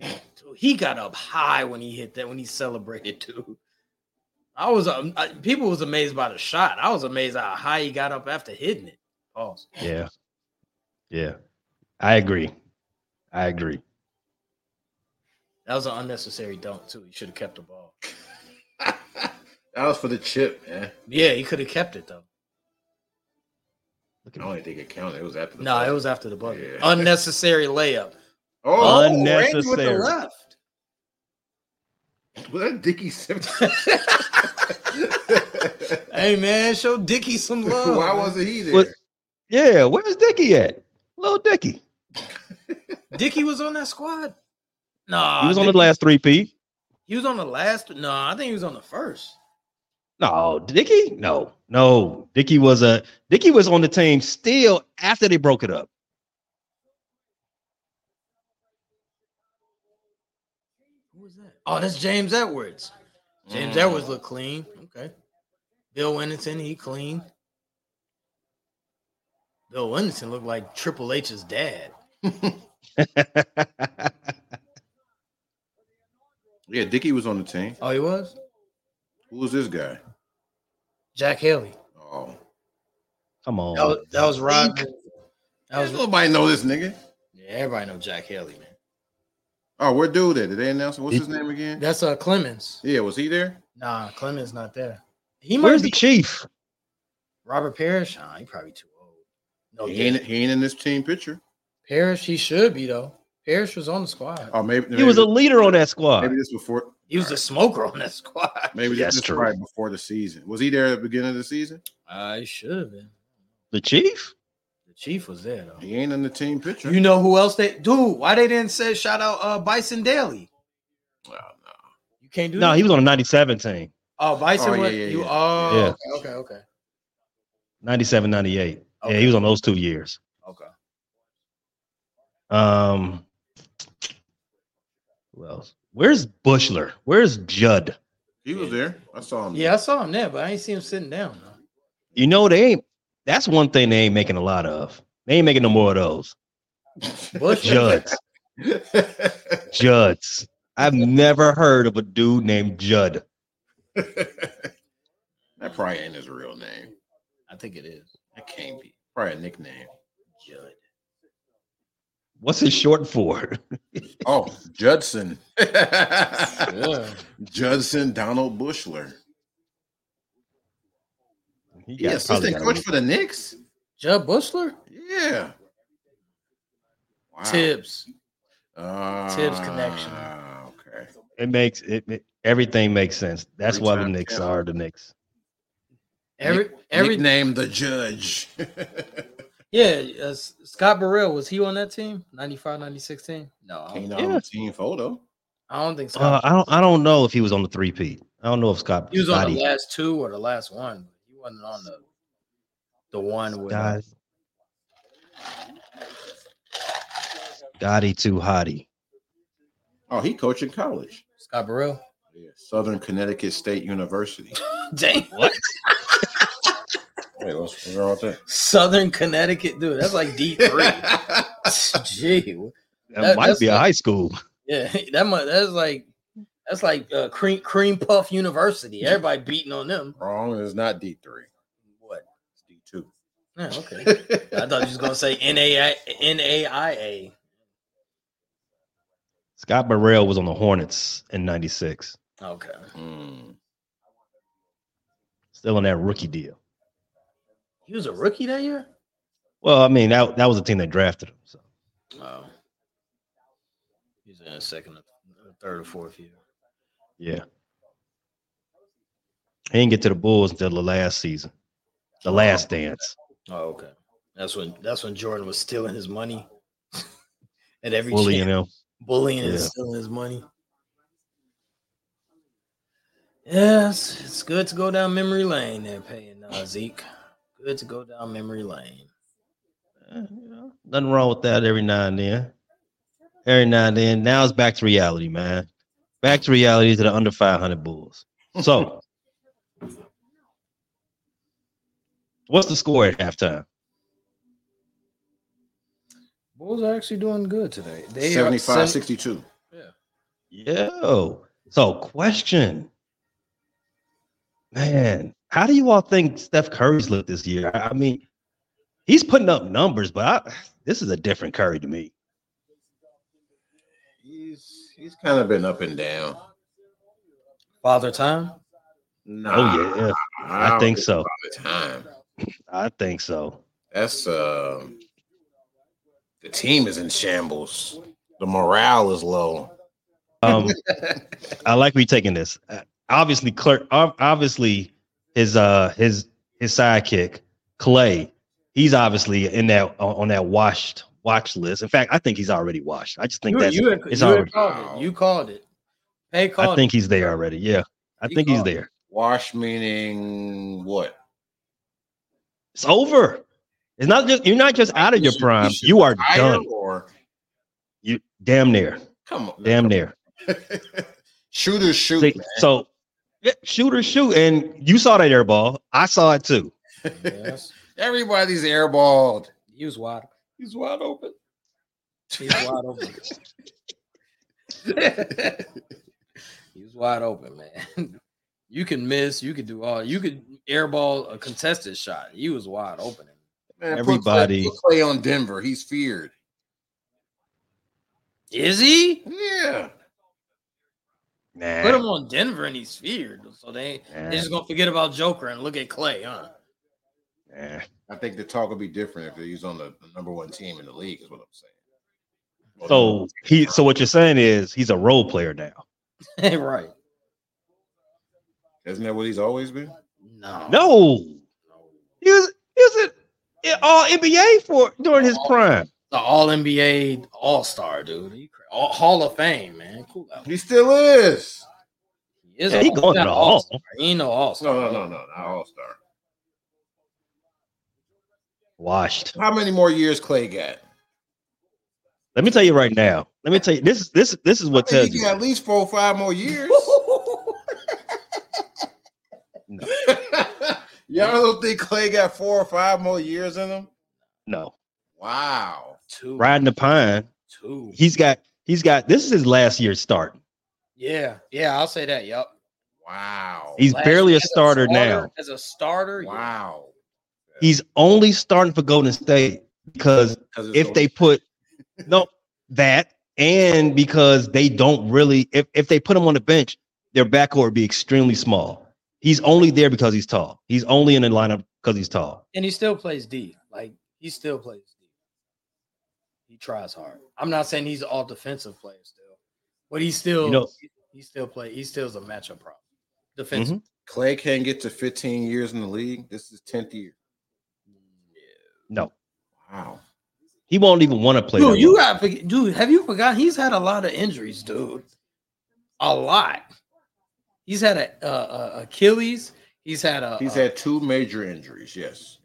Speaker 2: Dude, he got up high when he hit that when he celebrated (laughs) too. I was um, I, people was amazed by the shot. I was amazed how high he got up after hitting it. Pause.
Speaker 3: Yeah. Yeah. I agree. I agree.
Speaker 2: That was an unnecessary dunk too. He should have kept the ball.
Speaker 1: (laughs) That was for the chip, man.
Speaker 2: Yeah, he could have kept it though.
Speaker 1: I don't even think it counted. It was after the
Speaker 2: No,
Speaker 1: buzzer.
Speaker 2: it was after the bucket.
Speaker 1: Yeah.
Speaker 2: Unnecessary layup.
Speaker 1: oh,
Speaker 2: Randy with the
Speaker 3: Unnecessary.
Speaker 2: left.
Speaker 1: was that Dickie
Speaker 2: (laughs)
Speaker 1: Simpson?
Speaker 2: Hey man, show Dickie (laughs) some
Speaker 1: (laughs)
Speaker 2: love.
Speaker 1: Why
Speaker 2: man.
Speaker 1: wasn't he there?
Speaker 3: What- Yeah, where's Dickie at? Little Dickie.
Speaker 2: Dickie was on that squad? Nah,
Speaker 3: He was on the
Speaker 2: Uh, Dickie-
Speaker 3: last three P.
Speaker 2: He was on the last. No, I think he was on the first.
Speaker 3: No, Dickie? No, no. Dickie was a Dickie was on the team still after they broke it up. (laughs)
Speaker 2: Who was that? Oh, that's James Edwards. James
Speaker 1: Mm.
Speaker 2: Edwards look clean. Okay. Bill Winnington, he clean. Bill Winnington looked like Triple H's dad.
Speaker 1: Yeah, Dickie was on the team.
Speaker 2: Oh, he was?
Speaker 1: Who was this guy?
Speaker 2: Jack Haley.
Speaker 1: Oh,
Speaker 3: Come on.
Speaker 2: That was, that was Rod. That was,
Speaker 1: nobody know this nigga.
Speaker 2: yeah, everybody know Jack Haley, man.
Speaker 1: Oh, where dude at? Did they announce him? what's his name again?
Speaker 2: That's uh Clemens.
Speaker 1: Yeah, was he there?
Speaker 2: Nah, Clemens not there. He might
Speaker 3: Where's
Speaker 2: be
Speaker 3: the chief?
Speaker 2: Robert Parrish. Nah, he probably too old. No,
Speaker 1: He ain't, he ain't in this team picture.
Speaker 2: Parrish, he should be though. Parrish was on the squad.
Speaker 1: Oh, maybe
Speaker 3: He was a
Speaker 1: maybe-
Speaker 3: leader on that squad.
Speaker 1: Maybe this before.
Speaker 2: He was a smoker on that squad. (laughs)
Speaker 1: Maybe
Speaker 3: That's
Speaker 1: this is
Speaker 3: true.
Speaker 1: right before the season. Was he there at the beginning of the season?
Speaker 2: I Uh, should have been.
Speaker 3: The chief?
Speaker 2: The chief was there though.
Speaker 1: He ain't in the team picture.
Speaker 2: You know who else they dude? Why they didn't say shout out uh Bison Daly?
Speaker 1: Oh,
Speaker 2: You can't do
Speaker 3: No,
Speaker 2: that.
Speaker 3: he was on the 97 team.
Speaker 2: oh Bison
Speaker 1: Oh, yeah,
Speaker 2: was-
Speaker 1: yeah,
Speaker 2: you
Speaker 1: yeah.
Speaker 2: oh
Speaker 3: Yeah.
Speaker 2: okay, okay, okay.
Speaker 3: 97, 98. Yeah, he was on those two years.
Speaker 2: Okay.
Speaker 3: Um who else? Where's Bushler? Where's Judd?
Speaker 1: he was there. I saw him.
Speaker 2: Yeah, I saw him there, but I ain't see him sitting down. though.
Speaker 3: You know, they ain't that's one thing they ain't making a lot of. They ain't making no more of those.
Speaker 2: Bush (laughs)
Speaker 3: Judds. Judds. I've never heard of a dude named Judd.
Speaker 1: (laughs) that probably ain't his real name.
Speaker 2: I think it is.
Speaker 1: That can't be. Probably a nickname.
Speaker 2: Judd.
Speaker 3: What's it short for? (laughs)
Speaker 1: Oh, (laughs) Judson.
Speaker 2: Yeah.
Speaker 1: Judson Donald Bushler.
Speaker 3: He
Speaker 1: Yeah,
Speaker 3: got- probably
Speaker 1: assistant
Speaker 3: got a-
Speaker 1: coach for the Knicks.
Speaker 2: Judd Bushler?
Speaker 1: Yeah. Wow.
Speaker 2: Tibbs. Tibbs connection.
Speaker 1: Ah, Okay.
Speaker 3: it makes it, it- everything makes sense. That's why the
Speaker 1: Three-time
Speaker 3: Knicks
Speaker 1: champ.
Speaker 3: are the Knicks.
Speaker 2: Every
Speaker 1: (laughs)
Speaker 2: every
Speaker 1: Nickname the judge.
Speaker 2: Yeah, uh, S- Scott Burrell was he on that team? 95, 96 team? No, I
Speaker 1: Ain't
Speaker 2: don't,
Speaker 1: no
Speaker 3: Yeah.
Speaker 1: um, team photo.
Speaker 2: I don't think so.
Speaker 3: Uh, I don't. I don't know if he was on the three P. I don't know if Scott.
Speaker 2: he was on
Speaker 3: Gotti-
Speaker 2: the last two or the last one. He wasn't on the the one with.
Speaker 3: Gotti, Gotti too hottie.
Speaker 1: Oh, he coached in college.
Speaker 2: uh, Scott Burrell. (laughs)
Speaker 1: Yeah, Southern Connecticut State University.
Speaker 2: Dang,
Speaker 1: Wait, what's, what's wrong with that?
Speaker 2: Southern Connecticut, dude. That's like
Speaker 1: (laughs)
Speaker 2: D (laughs) three. Gee,
Speaker 3: That,
Speaker 2: That-
Speaker 3: might
Speaker 2: that's
Speaker 3: be a
Speaker 2: not-
Speaker 3: high school.
Speaker 2: yeah, that mu that's like that's like uh, cream cream puff university. Everybody beating on them.
Speaker 1: wrong is not D three. Hmm.
Speaker 2: What?
Speaker 1: It's D two. (laughs)
Speaker 2: Yeah, okay. I thought you was gonna say NAI NAIA.
Speaker 3: Scott Burrell was on the Hornets in '96,
Speaker 2: Okay.
Speaker 1: Mm.
Speaker 3: still on that rookie deal.
Speaker 2: He was a rookie that year?
Speaker 3: Well, I mean that that was the team that drafted him. So
Speaker 2: Oh. He's in a second or third or fourth year.
Speaker 3: yeah, he didn't get to the Bulls until the last season, the last dance.
Speaker 2: Oh, okay. That's when that's when Jordan was stealing his money. (laughs) At every
Speaker 3: Bully, you
Speaker 2: chance-
Speaker 3: know.
Speaker 2: bullying and
Speaker 3: Yeah.
Speaker 2: stealing his money. Yes, it's good to go down memory lane there, paying uh, Zeke. Good to go down memory lane.
Speaker 3: Eh, you know, nothing wrong with that every now and then. Every now and then. Now it's back to reality, man. Back to reality to the under 500 Bulls. So, what's the score at halftime?
Speaker 2: Bulls are actually doing good today. They are
Speaker 1: 75
Speaker 2: seven-
Speaker 1: 62.
Speaker 3: Yo. So, question. Man, how do you all think Steph Curry's looked this year? I I mean, he's putting up numbers, but I, this is a different Curry to me.
Speaker 1: He's he's kind of been up and down.
Speaker 2: father time.
Speaker 1: (laughs) Nah,
Speaker 3: Oh, yeah.
Speaker 1: don't
Speaker 3: I think so.
Speaker 1: by the time.
Speaker 3: I think so.
Speaker 1: That's uh, the team is in shambles. The morale is low.
Speaker 3: Um, I like we taking this. Uh, obviously, Clark. ob- Obviously, his uh his his sidekick Clay. He's obviously in that on on that washed watch list. In fact, I think he's already washed. I just think
Speaker 2: You,
Speaker 3: that's.
Speaker 2: you, had-
Speaker 3: it's
Speaker 2: you had
Speaker 3: already-
Speaker 2: called it. You called it. Hey, called
Speaker 3: I think he's there already. Yeah, I
Speaker 2: He
Speaker 3: think he's
Speaker 2: called it.
Speaker 3: there.
Speaker 1: Wash meaning what?
Speaker 3: It's over. It's not just you're not just out of
Speaker 1: You
Speaker 3: your
Speaker 1: should-
Speaker 3: prime.
Speaker 1: should
Speaker 3: You are
Speaker 1: retire
Speaker 3: done.
Speaker 1: Or
Speaker 3: You damn near.
Speaker 1: come on,
Speaker 3: Damn near.
Speaker 1: (laughs) shooters shoot.
Speaker 3: See, so yeah, shoot or shoot, and you saw that air ball. I saw it too.
Speaker 2: it. Yes.
Speaker 1: Everybody's airballed.
Speaker 2: He was wide.
Speaker 1: He's wide open.
Speaker 2: He was wide open. He was wide open, man. You can miss. You could do all. You could airball a contested shot. He was wide open.
Speaker 1: Man, put Clay-
Speaker 3: Everybody-
Speaker 1: put Clay on Denver. He's feared.
Speaker 2: Is he?
Speaker 1: Yeah.
Speaker 3: Nah.
Speaker 2: Put him on Denver and he's feared. So they
Speaker 3: nah,
Speaker 2: they're just gonna forget about Joker and look at Clay, huh? (laughs)
Speaker 3: nah.
Speaker 1: I think the talk would be different if he's on the, the number one team in the league, is what I'm saying. Well,
Speaker 3: So he so what you're saying is he's a role player now.
Speaker 2: right.
Speaker 1: isn't that what he's always been?
Speaker 2: No.
Speaker 3: No, he was he was an all NBA for during his prime.
Speaker 2: The All NBA All Star, dude. He cra- All, Hall of Fame, man. Cool. out.
Speaker 1: He still is.
Speaker 2: He is
Speaker 3: Yeah,
Speaker 2: a-
Speaker 3: he going to
Speaker 2: not
Speaker 3: the
Speaker 2: All-Star.
Speaker 3: Hall.
Speaker 2: He ain't no All Star.
Speaker 1: No, no, no, no, not all star.
Speaker 3: Washed.
Speaker 1: How many more years Clay got?
Speaker 3: Let me tell you right now. Let me tell you this this this is what
Speaker 1: I think
Speaker 3: tells
Speaker 1: he
Speaker 3: you.
Speaker 1: got at least four or five more years. (laughs)
Speaker 3: No.
Speaker 1: Y'all don't think Clay got four or five more years in him?
Speaker 3: No,
Speaker 1: Wow.
Speaker 2: Two.
Speaker 3: riding the pine.
Speaker 2: Two.
Speaker 3: He's got he's got this is his last year starting.
Speaker 2: Yeah. Yeah. I'll say that. Yup.
Speaker 1: Wow.
Speaker 3: He's
Speaker 2: Last-
Speaker 3: barely a
Speaker 2: as
Speaker 3: starter now.
Speaker 2: As a starter. yeah.
Speaker 1: wow.
Speaker 3: He's only starting for Golden State because
Speaker 1: 'Cause it's
Speaker 3: if
Speaker 1: over.
Speaker 3: they put no that and because they don't really if, if they put him on the bench their backcourt would be extremely small he's only there because he's tall he's only in the lineup because he's tall
Speaker 2: And he still plays D. Like he still plays D. He tries hard. I'm not saying he's an all defensive player still, but he still
Speaker 3: You know-
Speaker 2: he still play. He still is a matchup problem. Defensive.
Speaker 1: Clay
Speaker 3: Mm-hmm.
Speaker 1: can't get to 15 years in the league, this is 10th year.
Speaker 3: no
Speaker 1: Wow.
Speaker 3: He won't even want to play.
Speaker 2: Dude,
Speaker 3: that
Speaker 2: you
Speaker 3: long.
Speaker 2: got dude. Have you forgotten? He's had a lot of injuries, dude. A lot. He's had a, a, a Achilles. He's had a.
Speaker 1: He's
Speaker 2: a
Speaker 1: had two major injuries. Yes.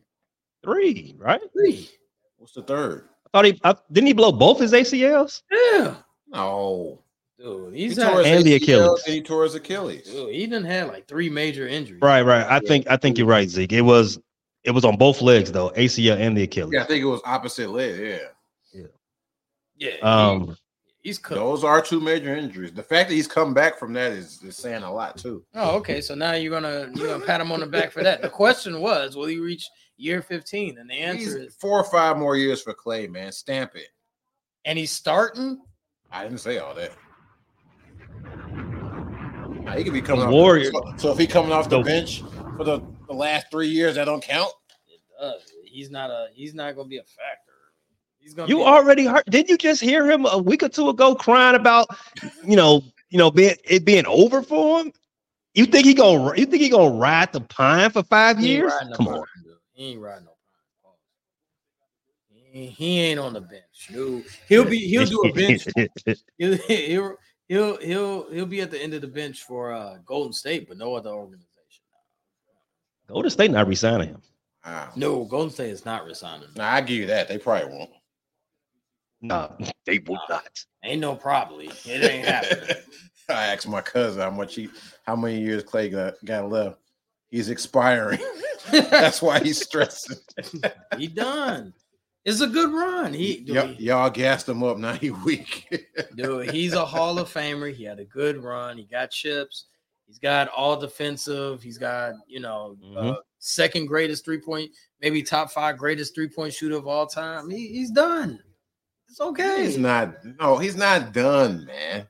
Speaker 3: three, right?
Speaker 2: three.
Speaker 1: What's the third?
Speaker 3: I thought he I, didn't he blow both his ACLs.
Speaker 2: Yeah,
Speaker 1: No.
Speaker 2: dude. He's
Speaker 1: he
Speaker 2: had.
Speaker 1: tore his
Speaker 3: And
Speaker 1: ACL,
Speaker 3: the Achilles.
Speaker 1: and he tore his Achilles.
Speaker 2: Dude, he didn't have like three major injuries.
Speaker 3: Right, right. I think I think you're right, Zeke. It was it was on both legs though, ACL and the Achilles.
Speaker 1: Yeah, I think it was opposite leg. Yeah.
Speaker 2: Yeah.
Speaker 3: Um,
Speaker 2: he's cooked.
Speaker 1: Those are two major injuries. The fact that he's come back from that is, is saying a lot too.
Speaker 2: Oh, okay. So now you're gonna you're gonna pat him on the back for that. The question was, will he reach year 15? And the
Speaker 1: He's
Speaker 2: answer is,
Speaker 1: four or five more years for Clay, man. Stamp it.
Speaker 2: and he's starting.
Speaker 1: I didn't say all that. Nah, he could be coming
Speaker 3: The
Speaker 1: off
Speaker 3: Warrior-
Speaker 1: so, so if he coming off the
Speaker 3: the-
Speaker 1: bench for the, the last three years, that don't count.
Speaker 2: Uh, he's not a he's not gonna be a factor. He's gonna
Speaker 3: you
Speaker 2: be-
Speaker 3: already heard? Did you just hear him a week or two ago crying about, you know, you know, being it being over for him? You think he gonna you think he gonna ride the pine for five
Speaker 2: He ain't
Speaker 3: years?
Speaker 2: riding no
Speaker 3: Come
Speaker 2: pine,
Speaker 3: on,
Speaker 2: dude. He ain't riding no pine. He ain't- He ain't on the bench, dude. He'll be he'll do
Speaker 3: (laughs)
Speaker 2: a bench. He'll he'll he'll he'll, he'll be at the end of the bench for uh, Golden State, but no other organization.
Speaker 3: Golden State not resigning him.
Speaker 1: Wow.
Speaker 2: No, Golden State is not resigning.
Speaker 1: Nah, I give you that. They probably won't.
Speaker 3: No, they will not.
Speaker 2: Ain't no probably. It ain't happening.
Speaker 1: (laughs) I asked my cousin how much he, how many years Clay got, got left. He's expiring. (laughs) That's why he's
Speaker 2: (laughs)
Speaker 1: stressing.
Speaker 2: he done. It's a good run. He, dude,
Speaker 1: Y'all- y'all gassed him up. Now he weak. (laughs)
Speaker 2: dude, he's a Hall of Famer. He had a good run. He got chips. He's got all defensive. He's got you know uh,
Speaker 3: Mhm.
Speaker 2: second greatest three point, maybe top five greatest three point shooter of all time. He, he's done. It's okay.
Speaker 1: He's not. No, he's not done, man.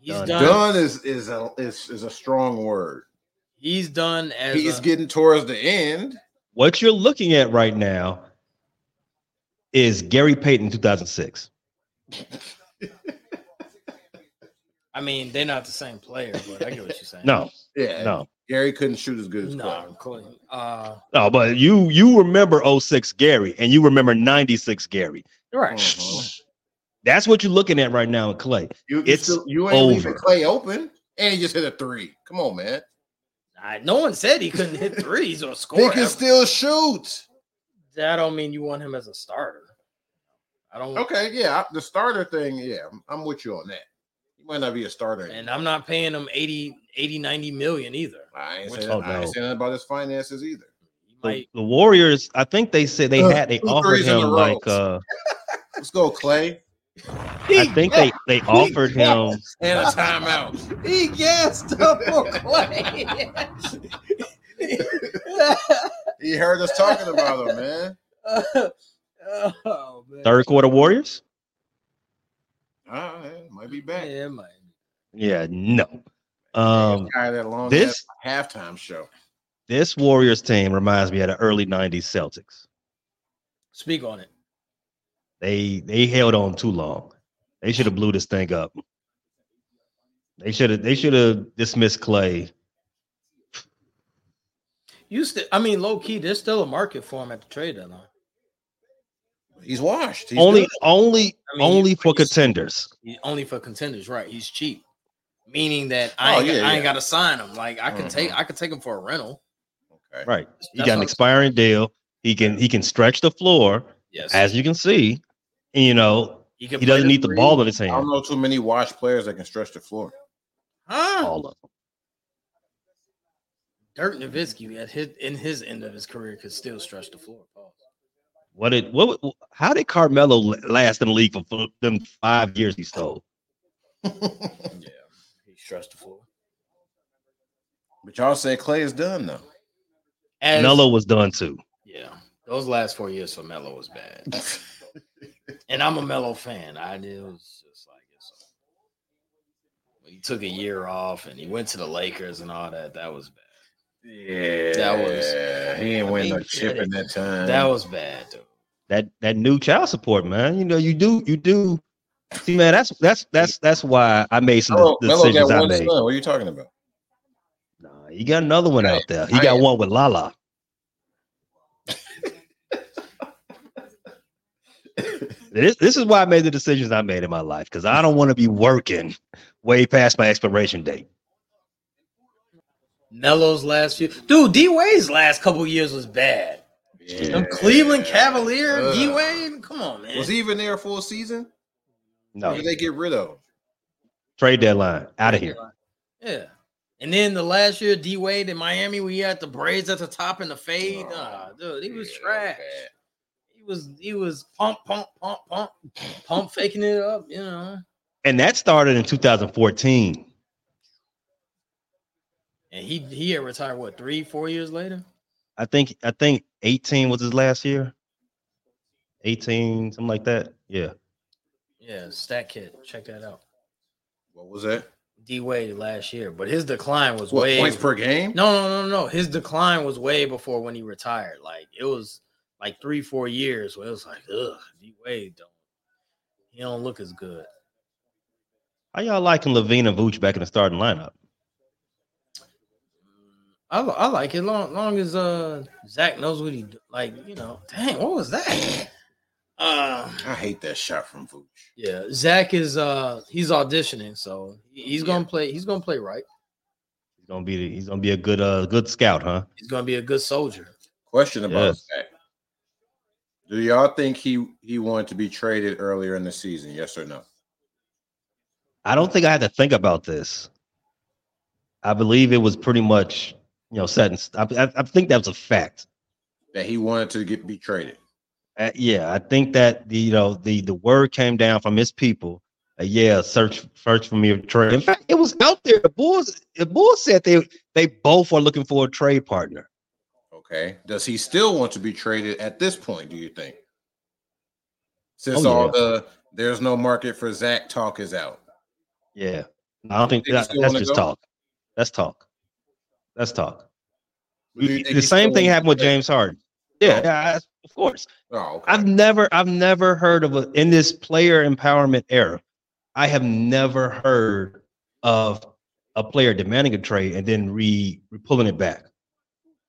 Speaker 2: He's
Speaker 3: Done.
Speaker 2: done.
Speaker 1: Done is is a is, is a strong word.
Speaker 2: He's done as
Speaker 1: He's
Speaker 2: a-
Speaker 1: getting towards the end.
Speaker 3: What you're looking at right now is Gary Payton, 2006.
Speaker 2: I mean, they're not the same player, but I get what you're saying.
Speaker 3: No,
Speaker 1: Yeah,
Speaker 3: no,
Speaker 1: Gary couldn't shoot as good as
Speaker 2: no,
Speaker 1: Clay.
Speaker 2: of course. Uh,
Speaker 3: no. But you you remember 06 Gary, and you remember 96 Gary.
Speaker 2: you're right.
Speaker 1: Mhm.
Speaker 3: That's what you're looking at right now with Clay.
Speaker 1: You, you
Speaker 3: It's
Speaker 1: still- you ain't leaving
Speaker 3: over.
Speaker 1: Clay open, and he just hit a three. Come on, man.
Speaker 2: I, no one said he couldn't hit threes or score.
Speaker 1: They can
Speaker 2: ever.
Speaker 1: still shoot.
Speaker 2: that don't mean you want him as a starter. I don't.
Speaker 1: Okay, yeah, the starter thing. Yeah, I'm, I'm with you on that. He might not be a starter.
Speaker 2: And I'm not paying him 80, 80 90 million either.
Speaker 1: I ain't
Speaker 2: Which-
Speaker 1: saying
Speaker 3: oh,
Speaker 1: I ain't
Speaker 3: no.
Speaker 1: saying nothing about his finances either.
Speaker 2: He
Speaker 3: The,
Speaker 2: might.
Speaker 3: the Warriors, I think they said they
Speaker 1: Uh,
Speaker 3: had they
Speaker 1: two
Speaker 3: offered
Speaker 1: threes in a
Speaker 3: him
Speaker 1: row.
Speaker 3: like uh
Speaker 1: Let's go, Clay.
Speaker 3: I think they they offered him
Speaker 1: (laughs) and (laughs) a timeout.
Speaker 2: He
Speaker 3: (laughs)
Speaker 2: gassed up for Clay.
Speaker 1: He heard us talking about him, man.
Speaker 2: (laughs) oh man.
Speaker 3: third quarter Warriors.
Speaker 1: All right, might be
Speaker 2: Yeah,
Speaker 1: back.
Speaker 2: it might.
Speaker 3: Yeah, no. Um,
Speaker 1: Guy that long
Speaker 3: this
Speaker 1: ass halftime show.
Speaker 3: this Warriors team reminds me of the early '90s Celtics.
Speaker 2: Speak on it.
Speaker 3: They they held on too long. They should have blew this thing up. They should have they should have dismissed Clay.
Speaker 2: You still, I mean, low key, there's still a market for him at the trade deadline.
Speaker 1: He's washed. He's
Speaker 3: only
Speaker 1: good.
Speaker 3: only
Speaker 2: I mean,
Speaker 3: only
Speaker 2: you-
Speaker 3: for contenders.
Speaker 2: He, only for contenders, right? He's cheap, meaning that
Speaker 1: Oh,
Speaker 2: I ain't,
Speaker 1: yeah,
Speaker 2: I
Speaker 1: yeah.
Speaker 2: ain't got to sign him. Like I can
Speaker 1: Mhm.
Speaker 2: take, I could take him for a rental.
Speaker 1: Okay.
Speaker 3: Right. He
Speaker 2: That's
Speaker 3: got an
Speaker 2: what-
Speaker 3: expiring deal. He can he can stretch the floor
Speaker 2: Yes,
Speaker 3: as you can see. And, you know,
Speaker 2: can
Speaker 3: he
Speaker 2: play
Speaker 3: doesn't need the
Speaker 2: three.
Speaker 3: ball in his
Speaker 1: I don't
Speaker 3: hand.
Speaker 1: know too many washed players that can stretch the floor.
Speaker 2: Huh?
Speaker 3: All of them.
Speaker 2: Dirk Nowitzki at his in his end of his career could still stretch the floor. Paul.
Speaker 3: What did what? How did Carmelo la- last in the league for for them five years he stole?
Speaker 1: but
Speaker 2: Yeah, he stretched the floor.
Speaker 1: y'all say Clay is done though.
Speaker 2: As,
Speaker 3: Melo was done too.
Speaker 2: yeah, those last four years for Melo was bad.
Speaker 3: (laughs)
Speaker 2: and I'm a Melo fan. I it was just like it's. He took a year off and he went to the Lakers and all that. That was bad.
Speaker 1: Yeah,
Speaker 2: That was-
Speaker 1: he ain't
Speaker 2: I
Speaker 1: win no
Speaker 2: think
Speaker 1: chip
Speaker 2: that-
Speaker 1: in that time.
Speaker 2: That was bad, dude.
Speaker 3: That that new child support, man. You know, you do you do. See, man, that's that's that's that's why I made some
Speaker 1: Melo,
Speaker 3: de-
Speaker 1: Melo
Speaker 3: decisions
Speaker 1: got
Speaker 3: I
Speaker 1: one
Speaker 3: made.
Speaker 1: son. What are you talking about?
Speaker 3: Nah, he got another one out there. He
Speaker 1: I (laughs)
Speaker 3: got
Speaker 1: am-
Speaker 3: one with Lala. This, this is why I made the decisions I made in my life because I don't want to be working way past my expiration date.
Speaker 2: Melo's last few, dude. D Wade's last couple years was bad. Them Cleveland Cavalier,
Speaker 1: Ugh.
Speaker 2: D Wade. Come on, man.
Speaker 1: Was he even there for a season? Or
Speaker 3: No
Speaker 1: did they get rid of?
Speaker 3: trade deadline out of here.
Speaker 2: Yeah. And then the last year, D Wade in Miami, we had the braids at the top and the fade.
Speaker 1: Oh,
Speaker 2: Nah, dude, he was
Speaker 1: yeah,
Speaker 2: trash.
Speaker 1: bad.
Speaker 2: He was he was pump, pump, pump, pump, pump faking it up, you know.
Speaker 3: And that started in 2014.
Speaker 2: And he he had retired what three, four years later?
Speaker 3: I think I think 18 was his last year. 18, something like that. Yeah.
Speaker 2: Yeah, stat kid. Check that out.
Speaker 1: What was that?
Speaker 2: D Wade last year, but his decline was
Speaker 1: What
Speaker 2: way
Speaker 1: points per game?
Speaker 2: No, no, no, no. His decline was way before when he retired. Like it was like three, four years where it was like, ugh, D Wade don't he don't look as good.
Speaker 3: How y'all liking Levine and Vooch back in the starting lineup?
Speaker 2: I, li- I like it long long as uh Zach knows what he do. like you know dang what was that uh
Speaker 1: I hate that shot from Vooch.
Speaker 2: yeah Zach is uh he's auditioning so he- he's gonna play he's gonna play right
Speaker 3: He's gonna be the, he's gonna be a good uh good scout, huh?
Speaker 2: he's gonna be a good soldier
Speaker 1: Question about
Speaker 3: Yes.
Speaker 1: that. Do y'all think he he wanted to be traded earlier in the season? Yes or no?
Speaker 3: I don't think I had to think about this. I believe it was pretty much you know set. In, st- I, I, I think that was a fact.
Speaker 1: That he wanted to get be traded.
Speaker 3: Uh, yeah, I think that the you know the the word came down from his people. Uh, yeah, search search for me a trade. In fact, it was out there. The Bulls the Bulls said they they both are looking for a trade partner.
Speaker 1: Okay. Does he still want to be traded at this point? Do you think? Since
Speaker 3: Oh,
Speaker 1: all
Speaker 3: yeah.
Speaker 1: the there's no market for Zach talk is out.
Speaker 3: Yeah, I don't think
Speaker 1: Think you
Speaker 3: that,
Speaker 1: still
Speaker 3: that's
Speaker 1: wanna
Speaker 3: just
Speaker 1: go?
Speaker 3: talk. That's talk. That's talk.
Speaker 1: Do you think
Speaker 3: the
Speaker 1: he
Speaker 3: same
Speaker 1: still
Speaker 3: thing
Speaker 1: wants to
Speaker 3: happened with
Speaker 1: trade?
Speaker 3: James Harden. Yeah,
Speaker 1: Oh.
Speaker 3: yeah, I- of course.
Speaker 1: Oh, okay.
Speaker 3: I've never, I've never heard of a, in this player empowerment era. I have never heard of a player demanding a trade and then re, re- pulling it back.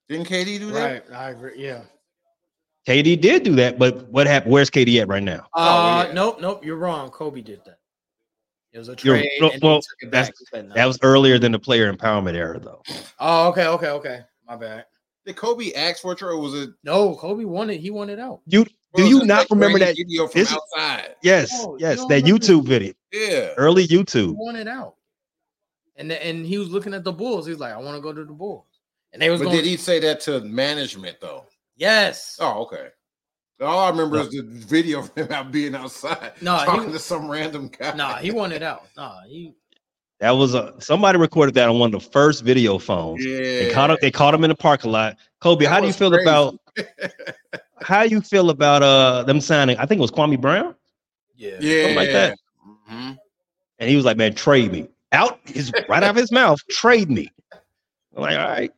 Speaker 1: Didn't KD do that?
Speaker 2: I agree yeah
Speaker 3: KD did do that, but what happened? Where's KD at right now?
Speaker 2: uh
Speaker 1: Oh, yeah.
Speaker 2: nope nope you're wrong Kobe did that it was a
Speaker 3: You're-
Speaker 2: trade
Speaker 3: no,
Speaker 2: and then he
Speaker 3: well,
Speaker 2: took it
Speaker 3: that's-
Speaker 2: back. He said no.
Speaker 3: That was earlier than the player empowerment era, though.
Speaker 2: oh okay okay okay my bad
Speaker 1: Did Kobe ask for a trade? or Was it?
Speaker 2: no Kobe wanted he wanted out
Speaker 3: You do
Speaker 1: was
Speaker 3: you
Speaker 1: it
Speaker 3: not
Speaker 1: like
Speaker 3: remember
Speaker 1: Brady
Speaker 3: that?
Speaker 1: video from
Speaker 3: this-
Speaker 1: outside?
Speaker 3: Yes,
Speaker 1: Oh,
Speaker 2: No, you
Speaker 3: yes,
Speaker 2: don't
Speaker 3: that
Speaker 2: remember-
Speaker 3: YouTube video,
Speaker 1: Yeah.
Speaker 3: early
Speaker 2: He
Speaker 3: YouTube.
Speaker 2: wanted out and the, and he was looking at the Bulls he was like I want to go to the Bulls and they was
Speaker 1: But
Speaker 2: going
Speaker 1: did he say that to management though?
Speaker 2: yes
Speaker 1: Oh, okay. All I remember is the video (laughs) of him out being outside
Speaker 2: No, he-
Speaker 1: talking to some random guy.
Speaker 2: Nah, he wanted out. Nah, he
Speaker 3: That was a somebody recorded that on one of the first video phones.
Speaker 1: (laughs)
Speaker 3: They
Speaker 1: yeah.
Speaker 3: caught him. They caught him in the parking lot. Kobe,
Speaker 1: That
Speaker 3: how do you
Speaker 1: was
Speaker 3: feel
Speaker 1: crazy.
Speaker 3: about how you feel about uh them signing? I think it was Kwame Brown,
Speaker 2: yeah.
Speaker 1: yeah,
Speaker 3: something like that.
Speaker 1: Mhm.
Speaker 3: And he was like, "Man, trade me out his right out of his mouth. Trade me." I'm like, all right,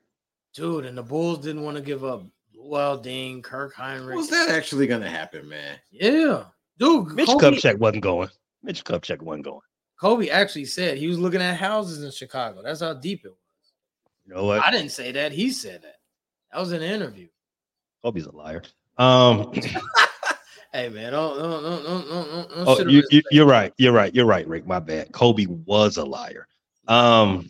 Speaker 2: Dude, and the Bulls didn't want to give up Luol Ding, Kirk Heinrich.
Speaker 1: Was that actually gonna happen, man?
Speaker 2: Yeah. Dude,
Speaker 3: Mitch
Speaker 2: Kobe,
Speaker 3: Kupchak wasn't going. Mitch Kupchak wasn't going.
Speaker 2: Kobe actually said he was looking at houses in Chicago. That's how deep it was.
Speaker 3: You know what?
Speaker 2: I didn't say that. He said that. That was in an interview.
Speaker 3: Kobe's a liar. Um,
Speaker 2: Hey man, don't don't don't don't don't, don't, don't
Speaker 3: oh,
Speaker 2: sit on
Speaker 3: you,
Speaker 2: his
Speaker 3: you,
Speaker 2: face.
Speaker 3: you're right. You're right. You're right, Rick. My bad. Kobe was a liar. Um,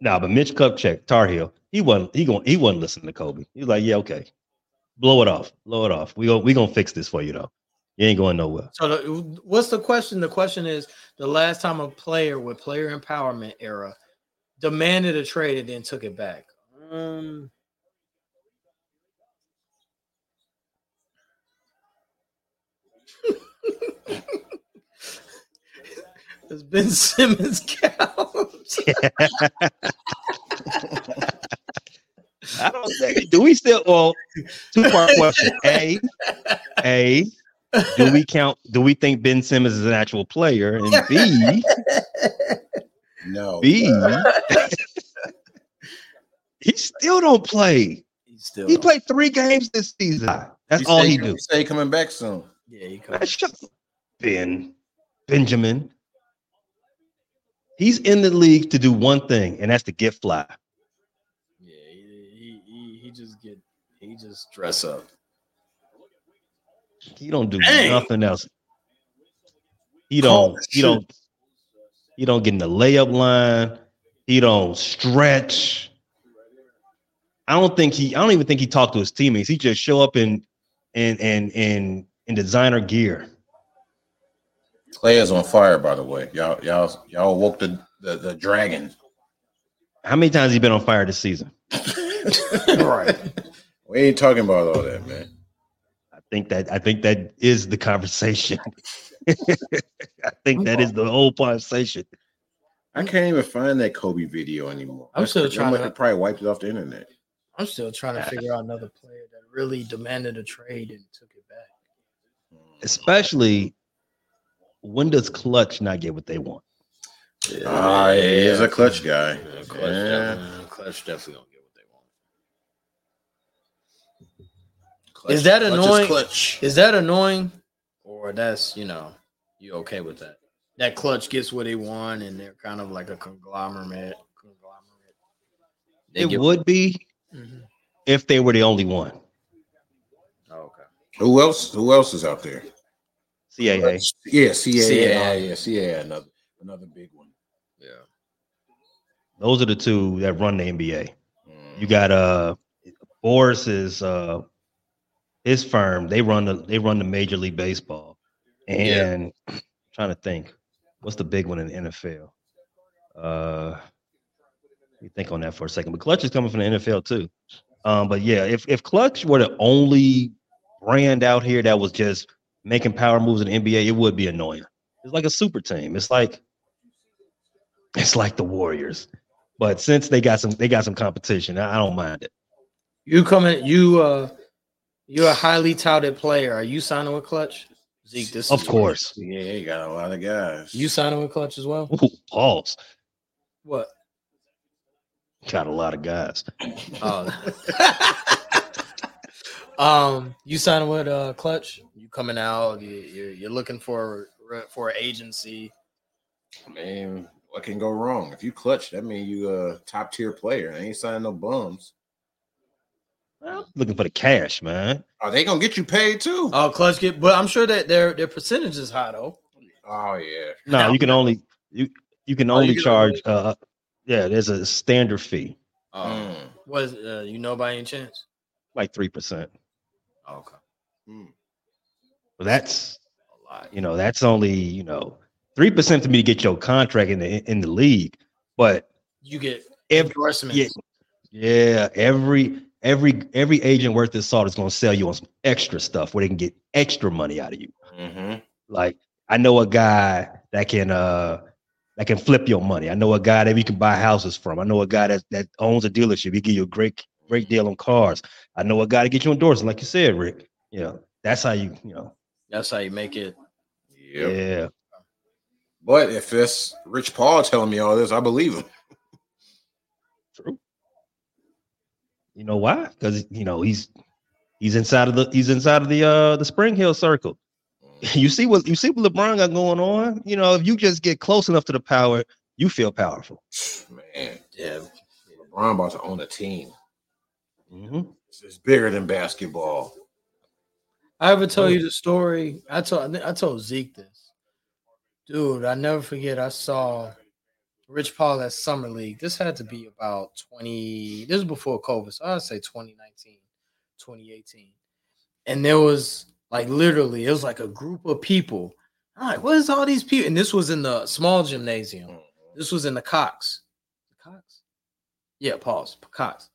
Speaker 3: nah, but Mitch Kupchak, Tar Heel, he wasn't. He going. He wasn't listening to Kobe. He was like, "Yeah, okay, blow it off, blow it off. We go. We gonna fix this for you though. You ain't going nowhere."
Speaker 2: So the, what's the question? The question is the last time a player with player empowerment era demanded a trade and then took it back. Um (laughs) It's Ben Simmons counts.
Speaker 3: I don't think. Do we still? Well, two part question. A, A. Do we count? Do we think Ben Simmons is an actual player? And B,
Speaker 1: No.
Speaker 3: B. (laughs) he still don't play.
Speaker 2: He's still
Speaker 3: He played three games this season. That's all
Speaker 1: say,
Speaker 3: he do.
Speaker 1: Say coming back soon.
Speaker 2: Yeah, he comes.
Speaker 3: Shut up, Ben Benjamin. He's in the league to do one thing, and that's to get fly.
Speaker 2: Yeah, he, he, he, he just get he just dress up.
Speaker 3: He don't do
Speaker 2: Dang.
Speaker 3: nothing else. He don't. He don't. He don't get in the layup line. He don't stretch. I don't think he. I don't even think he talked to his teammates. He just show up in in in in in designer gear.
Speaker 1: Clay is on fire, by the way. Y'all, y'all, y'all woke the the, the dragon.
Speaker 3: How many times he been on fire this season?
Speaker 1: right. We ain't talking about all that, man.
Speaker 3: I think that I think that is the conversation. (laughs) I think that is the whole conversation.
Speaker 1: I can't even find that Kobe video anymore.
Speaker 2: I'm still trying
Speaker 1: to.
Speaker 2: to-
Speaker 1: probably wiped it off the internet.
Speaker 2: I'm still trying to figure out another player that really demanded a trade and took it back.
Speaker 3: Especially when does clutch not get what they want?
Speaker 1: Ah, yeah, he is a clutch guy.
Speaker 7: Yeah, clutch,
Speaker 1: Yeah.
Speaker 7: definitely, clutch definitely don't get what they want.
Speaker 2: Is that annoying?
Speaker 7: Clutch,
Speaker 2: Is that annoying?
Speaker 7: or that's you know you okay with that? That clutch gets what they want, and they're kind of like a conglomerate. Conglomerate. They
Speaker 3: It
Speaker 7: get- Mm-hmm.
Speaker 3: would be if they were the only one.
Speaker 7: Oh, okay.
Speaker 1: Who else? Who else is out there?
Speaker 3: CAA.
Speaker 1: Yeah, CAA.
Speaker 7: CAA.
Speaker 1: Yeah, yeah, CAA. Another another big one.
Speaker 7: Yeah.
Speaker 3: Those are the two that run the NBA.
Speaker 1: Mm.
Speaker 3: You got uh Boris is uh his firm, they run the they run the major league baseball. And (clears throat) trying to think, what's the big one in the NFL? Uh let me think on that for a second. But Clutch is coming from the NFL too. Um, but yeah, if if Clutch were the only brand out here that was just making power moves in the NBA, it would be annoying. It's like a super team. It's like it's like the Warriors. But since they got some they got some competition, I I don't mind it.
Speaker 2: You coming? You uh, you're a highly touted player. Are you signing with Clutch? Zeke, this
Speaker 3: Of
Speaker 2: is-
Speaker 3: course.
Speaker 1: Yeah, you got a lot of guys.
Speaker 2: You signing with Clutch as well?
Speaker 3: Ooh, pause.
Speaker 2: What?
Speaker 3: Got a lot of guys.
Speaker 2: Oh. (laughs) um, you signing with uh Clutch? You coming out? You, you're, you're looking for for an agency.
Speaker 1: man, what can go wrong? If you clutch, that means you a top tier player. They ain't signing no bums.
Speaker 3: Well, looking for the cash, man.
Speaker 1: Are they gonna get you paid too?
Speaker 2: Oh, Clutch get, but I'm sure that their their percentage is high though.
Speaker 1: Oh yeah.
Speaker 3: No, you can only you you can
Speaker 1: Oh, you
Speaker 3: only
Speaker 1: can
Speaker 3: charge uh yeah, there's a standard fee,
Speaker 7: Oh,
Speaker 1: Mm.
Speaker 2: Was uh, you know by any chance?
Speaker 3: like three percent.
Speaker 7: okay.
Speaker 3: But that's
Speaker 7: A lot.
Speaker 3: you know, that's only, you know, three percent to me to get your contract in the in the league. But
Speaker 2: You get
Speaker 3: every
Speaker 2: endorsements.
Speaker 3: yeah, yeah, every every every agent worth his salt is gonna sell you on some extra stuff where they can get extra money out of you.
Speaker 1: Mm-hmm.
Speaker 3: Like I know a guy that can uh that can flip your money. I know a guy that you can buy houses from. I know a guy that that owns a dealership. He give you a great great deal on cars. I know a guy to get you endorsed, like you said, Rick. You know, that's how you you know.
Speaker 7: That's how you make it.
Speaker 1: Yeah.
Speaker 3: Yeah.
Speaker 1: But if it's Rich Paul telling me all this, I believe him.
Speaker 3: True. You know why? Because you know he's he's inside of the he's inside of the uh the Spring Hill circle. (laughs) You see what you see what LeBron got going on. You know, if you just get close enough to the power, you feel powerful.
Speaker 1: Man,
Speaker 7: Yeah.
Speaker 1: LeBron about to own a team.
Speaker 3: Mhm.
Speaker 1: It's- It's bigger than basketball.
Speaker 2: I ever tell you the story? I told I told Zeke this, dude. I never forget. I saw Rich Paul at Summer League. This had to be about twenty. This is before COVID, so I'd say 2019, 2018. And there was like literally, it was like a group of people. I'm like, what is all these people? And this was in the small gymnasium. This was in the Cox. Cox? Yeah, pause. Cox.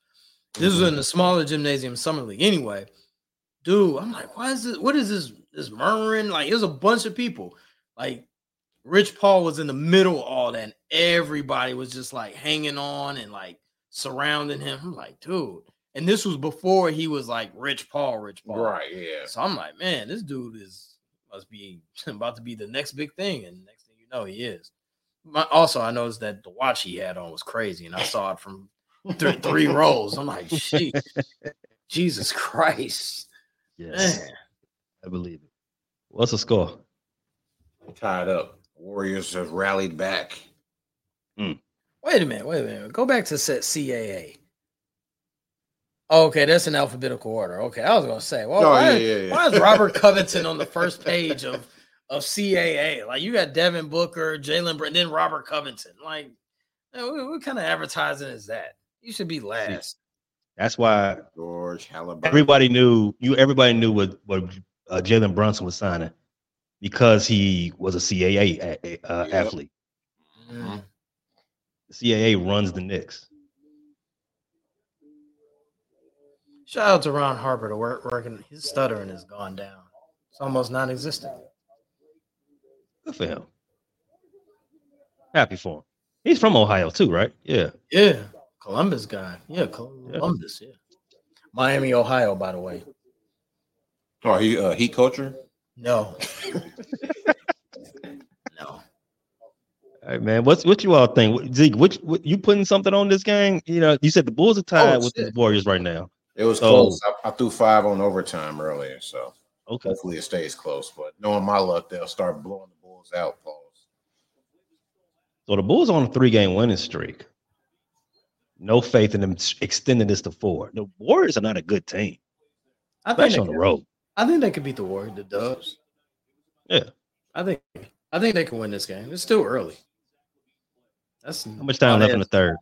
Speaker 2: This was in the smaller gymnasium summer league. Anyway, dude, I'm like, why is this? What is this? This murmuring? Like, it was a bunch of people. Like, Rich Paul was in the middle of all that, and everybody was just like hanging on and like surrounding him. I'm like, dude. And this was before he was like Rich Paul, Rich Paul.
Speaker 1: Right, yeah.
Speaker 2: So I'm like, man, this dude is must be (laughs) about to be the next big thing, and next thing you know, he is. My, also, I noticed that the watch he had on was crazy, and I saw it from three, three rows. I'm like, "Gee, Jesus Christ,
Speaker 3: Yes,
Speaker 2: man.
Speaker 3: I believe it. What's the score?
Speaker 1: Tied up. Warriors have rallied back.
Speaker 2: Wait a minute, wait a minute. Go back to set CAA. Oh, okay, that's in alphabetical order. Okay, I was gonna say, well,
Speaker 1: Oh,
Speaker 2: why,
Speaker 1: yeah, yeah, yeah.
Speaker 2: why
Speaker 1: (laughs)
Speaker 2: is Robert Covington on the first page of of CAA? Like you got Devin Booker, Jalen, Brown, then Robert Covington. Like, man, what, what kind of advertising is that? You should be last.
Speaker 3: That's why
Speaker 1: George Halliburton.
Speaker 3: everybody knew you. Everybody knew what what uh, Jalen Brunson was signing because he was a CAA a- uh,
Speaker 1: Yep.
Speaker 3: athlete.
Speaker 1: mm-hmm.
Speaker 2: Mm.
Speaker 3: CAA runs the Knicks.
Speaker 2: Shout out to Ron Harper to work working. His stuttering has gone down. It's almost non-existent.
Speaker 3: Good for him. Happy for him. He's from Ohio too, right? Yeah.
Speaker 2: Yeah, Columbus guy. Yeah, Col- Columbus. Yeah, Miami, Ohio. By the way,
Speaker 1: Oh, he uh, heat culture.
Speaker 7: (laughs)
Speaker 2: no, no.
Speaker 3: All right, man. What's what you all think, What- Zeke? Which what, you putting something on this game? You know, you said the Bulls are tied with the
Speaker 2: shit.
Speaker 3: Warriors right now.
Speaker 1: It was
Speaker 3: Oh.
Speaker 1: close. I, I threw five on overtime earlier, so
Speaker 3: Okay.
Speaker 1: hopefully it stays close. But knowing my luck, they'll start blowing the Bulls out. Pause.
Speaker 3: So the Bulls are on a three game winning streak. No faith in them s- extending this to four. The Warriors are not a good team,
Speaker 2: I think
Speaker 3: especially
Speaker 2: they
Speaker 3: on the
Speaker 2: could-
Speaker 3: road.
Speaker 7: I think they could beat the Warriors, the Dubs.
Speaker 3: Yeah.
Speaker 7: I think I think they can win this game. It's still early. That's
Speaker 3: How much
Speaker 2: Oh,
Speaker 3: time left in the third?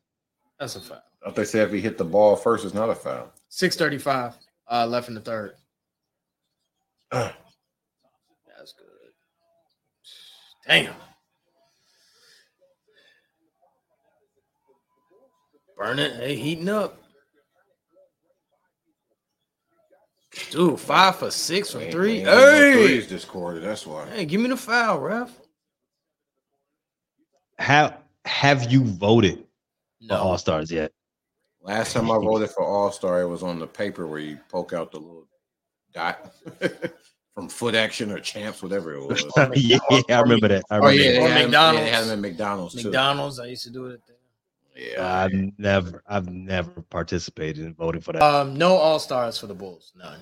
Speaker 7: That's a foul.
Speaker 1: I thought they said if he hit the ball first, it's not a foul.
Speaker 7: Six thirty-five uh, left in the third. That's good. Damn. Burn it. They heating up.
Speaker 2: Dude, five for six from
Speaker 1: Ain't-
Speaker 2: three.
Speaker 1: ain't no
Speaker 2: Hey,
Speaker 1: threes this quarter. That's why.
Speaker 2: hey, give me the foul, ref.
Speaker 3: How have you voted for
Speaker 7: No.
Speaker 3: All Stars yet?
Speaker 1: Last time I voted for All Star, it was on the paper where you poke out the little dot (laughs) from Foot Action or Champs, whatever it (laughs) was.
Speaker 3: (laughs) yeah, I remember that. I remember that.
Speaker 2: Or
Speaker 1: they had 'em- Oh, yeah, they
Speaker 2: McDonald's.
Speaker 1: had them at McDonald's too.
Speaker 2: McDonald's. I used to do it. There.
Speaker 1: Yeah,
Speaker 3: I've never, I've never participated in voting for that.
Speaker 7: Um, no all stars for the Bulls. None.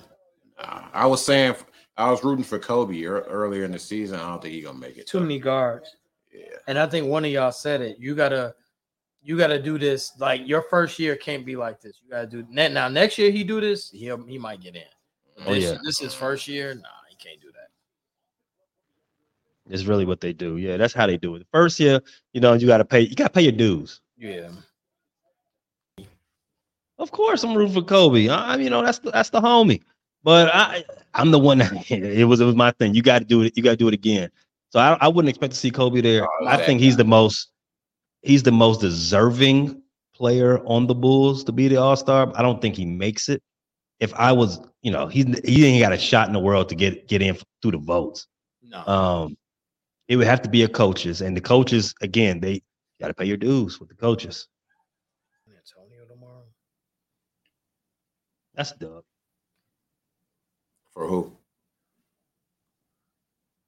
Speaker 1: Nah, Uh, I was saying I was rooting for Kobe ear- earlier in the season. I don't think he's gonna make it.
Speaker 2: Too many guards,
Speaker 1: Yeah.
Speaker 2: and I think one of y'all said it. You gotta, you gotta do this. Like your first year can't be like this. You gotta do net now. Next year he do this, he will he might get in.
Speaker 3: Oh,
Speaker 2: this,
Speaker 3: yeah.
Speaker 2: this is first year. Nah, he can't do that.
Speaker 3: It's really what they do. Yeah, that's how they do it. The first year, you know, you got to pay. You got to pay your dues.
Speaker 2: Yeah,
Speaker 3: Of course, I'm rooting for Kobe. I, I- you know, that's the, that's the homie. But I, I'm the one. (laughs) That, it was it was my thing. You got to do it. You got to do it again. So I, I wouldn't expect to see Kobe there.
Speaker 1: Oh,
Speaker 3: I
Speaker 1: that
Speaker 3: think he's the most. He's the most deserving player on the Bulls to be the All Star. I don't think he makes it. If I was, you know, he he ain't got a shot in the world to get get in through the votes.
Speaker 7: No.
Speaker 3: Um, it would have to be a coaches, and the coaches again, they got to pay your dues with the coaches.
Speaker 7: Antonio tomorrow.
Speaker 3: That's dub.
Speaker 1: For who?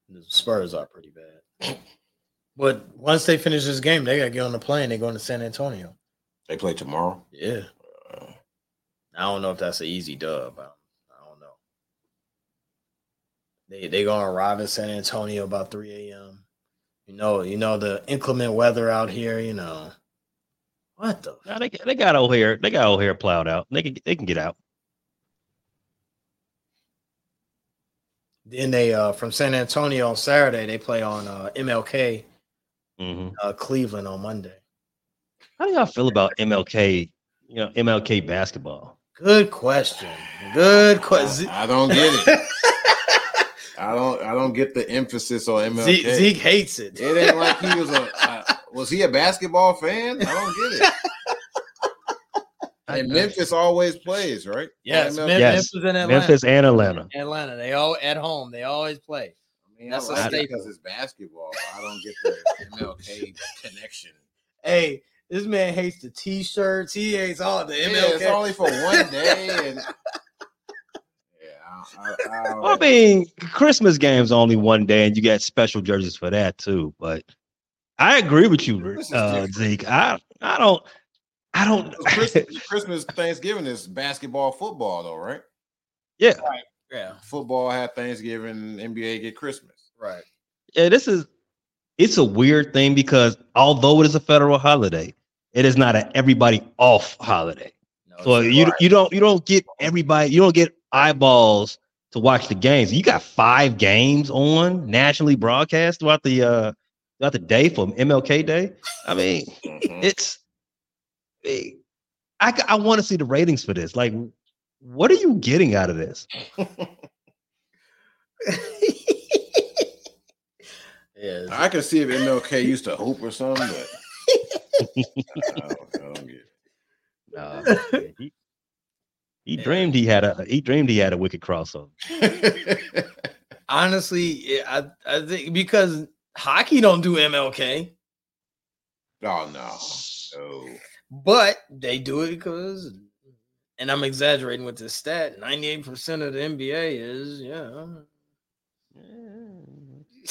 Speaker 7: The Spurs are pretty bad. But once they finish this game, they gotta get on the plane. They're going to San Antonio.
Speaker 1: They play tomorrow.
Speaker 7: Yeah. I don't know if that's an easy dub. I don't, I don't know. They they gonna arrive in San Antonio about three a.m. You know, you know the inclement weather out here. You know, what the
Speaker 3: Now they they got O'Hare, they got O'Hare plowed out. They can they can get out.
Speaker 7: Then they uh from San Antonio on Saturday, they play on uh MLK
Speaker 3: hmm
Speaker 7: uh Cleveland on Monday.
Speaker 3: How do y'all feel about MLK? You know, MLK basketball.
Speaker 7: Good question. Good question.
Speaker 1: I don't get it.
Speaker 2: (laughs)
Speaker 1: I don't. I don't get the emphasis on MLK.
Speaker 7: Zeke, Zeke hates it.
Speaker 1: It ain't like he was a. Uh, was he a basketball fan? I don't
Speaker 2: (laughs)
Speaker 1: get it. And Memphis always plays, right?
Speaker 2: yes,
Speaker 1: Oh,
Speaker 2: Mem-
Speaker 1: MLK.
Speaker 3: Yes.
Speaker 2: Memphis and Atlanta.
Speaker 3: Memphis and Atlanta.
Speaker 2: Atlanta. They all at home. They always play.
Speaker 1: I mean,
Speaker 2: That's
Speaker 1: I
Speaker 2: a
Speaker 1: like it
Speaker 2: staple.
Speaker 1: because it's basketball. but I don't get the MLK connection.
Speaker 2: Hey, this man hates the t-shirts. He hates all the
Speaker 1: Yeah,
Speaker 2: MLK.
Speaker 1: it's only for one day, and Oh, yeah, I, I, I,
Speaker 3: I
Speaker 1: don't-
Speaker 3: mean, Christmas games only one day, and you got special jerseys for that too. But I agree with you,
Speaker 1: This is
Speaker 3: uh,
Speaker 1: different.
Speaker 3: Zeke. I I don't I don't.
Speaker 1: Christmas, Christmas, Thanksgiving is basketball, football, though, right?
Speaker 3: yeah,
Speaker 7: Yeah.
Speaker 1: Football have Thanksgiving, NBA get Christmas.
Speaker 7: Right.
Speaker 3: (laughs) yeah, this is it's a weird thing because although it is a federal holiday, it is not an everybody off holiday.
Speaker 7: No.
Speaker 3: So you you don't you don't get everybody you don't get eyeballs to watch the games. You got five games on nationally broadcast throughout the uh throughout the day from MLK Day. I mean,
Speaker 1: Mm-hmm.
Speaker 3: it's I I want to see the ratings for this. Like, what are you getting out of (laughs) this?
Speaker 7: Yeah, it's-
Speaker 1: I can see if MLK used to hoop or something,
Speaker 3: (laughs)
Speaker 1: but I don't, I don't get it.
Speaker 3: Nah, man, he, he dreamed he had a he dreamed he had a wicked crossover.
Speaker 2: Honestly, yeah, I I think because hockey don't do MLK,
Speaker 1: (laughs) Oh no, no.
Speaker 2: but they do it because, and I'm exaggerating with this stat. Ninety eight percent of the NBA is yeah.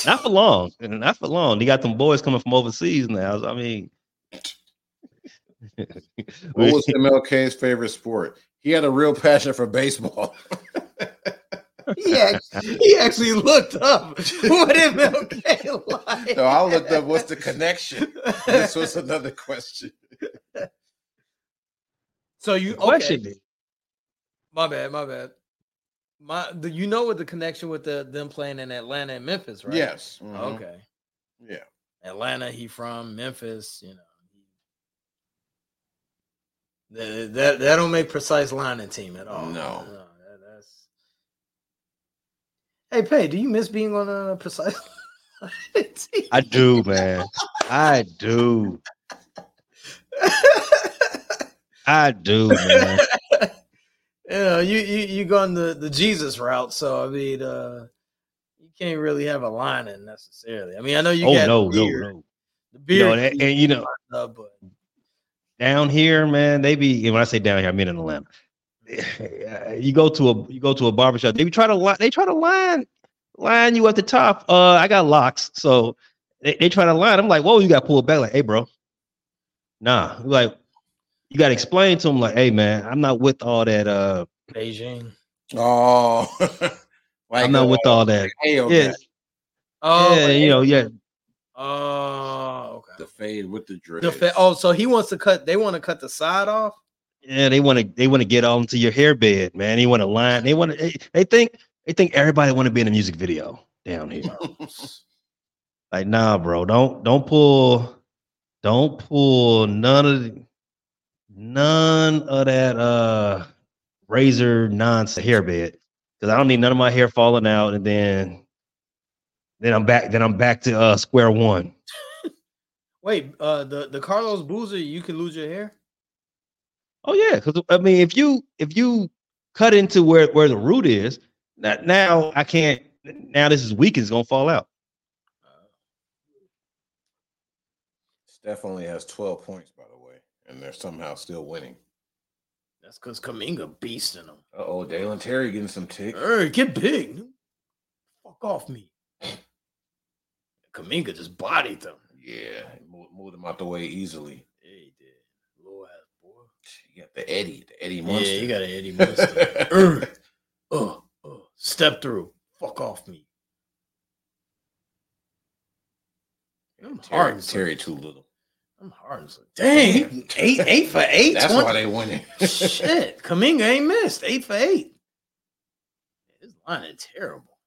Speaker 3: Not for long. Not for long. They got them boys coming from overseas now. I mean,
Speaker 1: (laughs) What
Speaker 7: (laughs)
Speaker 3: (laughs)
Speaker 1: was MLK's favorite sport? He had a real passion for baseball. (laughs)
Speaker 2: He actually, he actually looked up (laughs) what MLK like.
Speaker 1: So I looked up what's the connection. This was another (laughs) question.
Speaker 2: (laughs) So you okay.
Speaker 3: question is,
Speaker 2: My bad, my bad. My, the, you know what the connection with the them playing in Atlanta and Memphis, right?
Speaker 1: Yes.
Speaker 3: Mm-hmm.
Speaker 1: Mhm.
Speaker 2: Okay.
Speaker 1: Yeah.
Speaker 2: Atlanta, he from Memphis, you know. That, that that don't make precise lining team at all.
Speaker 1: No.
Speaker 2: that- that's. Hey, Pay, do you miss being on a precise (laughs) lining team?
Speaker 3: I do, man. I do. I do, man.
Speaker 2: (laughs) you know, you you you gone the the Jesus route, so I mean, uh, you can't really have a lining necessarily. I mean, I know (laughs) you
Speaker 3: oh
Speaker 2: got
Speaker 3: no,
Speaker 2: the beard,
Speaker 3: no, no,
Speaker 2: the
Speaker 3: no,
Speaker 2: beard,
Speaker 3: and- and you know,
Speaker 2: uh, but
Speaker 3: down here, man, they be and when I say down here, I mean in Atlanta. you go to a you go to a barbershop, they try to line they try to line line you at the top. Uh I got locks, so they, they try to line. I'm like, whoa, you gotta pull it back, like, hey bro. Nah, like you gotta explain to them, like, hey man, I'm not with all that uh
Speaker 2: Beijing.
Speaker 1: Oh, (laughs) like
Speaker 3: I'm not with all that.
Speaker 1: Hail
Speaker 3: Yeah,
Speaker 2: Oh,
Speaker 3: yeah, you know, yeah.
Speaker 2: oh, okay.
Speaker 1: the fade with the drip.
Speaker 2: The fa- oh, so he wants to cut. They want to cut the side off.
Speaker 3: Yeah, they want to they want to get onto your hairbed, man. They want to line. They want to they, they think they think everybody want to be in a music video down here. like, nah, bro, don't don't pull don't pull none of the- none of that uh razor nonsense hairbed because I don't need none of my hair falling out and then then I'm back then I'm back to uh square one.
Speaker 2: Wait, uh, the the Carlos Boozer, you can lose your hair.
Speaker 3: Oh yeah, because I mean, if you if you cut into where where the root is, that now I can't. Now this is weak. It's gonna fall out.
Speaker 1: Steph only has 12 points, by the way, and they're somehow still winning.
Speaker 7: That's because Kaminga beasting him.
Speaker 1: Uh oh, Dalen Terry getting some tick.
Speaker 7: Hey, get big. Fuck off me. Kaminga just bodied them.
Speaker 1: Yeah, moved, moved him out the way easily.
Speaker 7: Yeah, he did. Little ass boy.
Speaker 1: You got the Eddie, the Eddie
Speaker 7: Yeah,
Speaker 1: Munster.
Speaker 7: you got an Eddie Munster. (laughs) Er, uh, uh, step through. Fuck off me. I'm
Speaker 1: Terry,
Speaker 7: hard.
Speaker 1: Terry too little.
Speaker 7: I'm hard. Dang, he- eight, eight for eight.
Speaker 1: That's
Speaker 7: 20
Speaker 1: why they winning.
Speaker 7: (laughs) Shit, Kaminga ain't missed. Eight for eight. His line is terrible.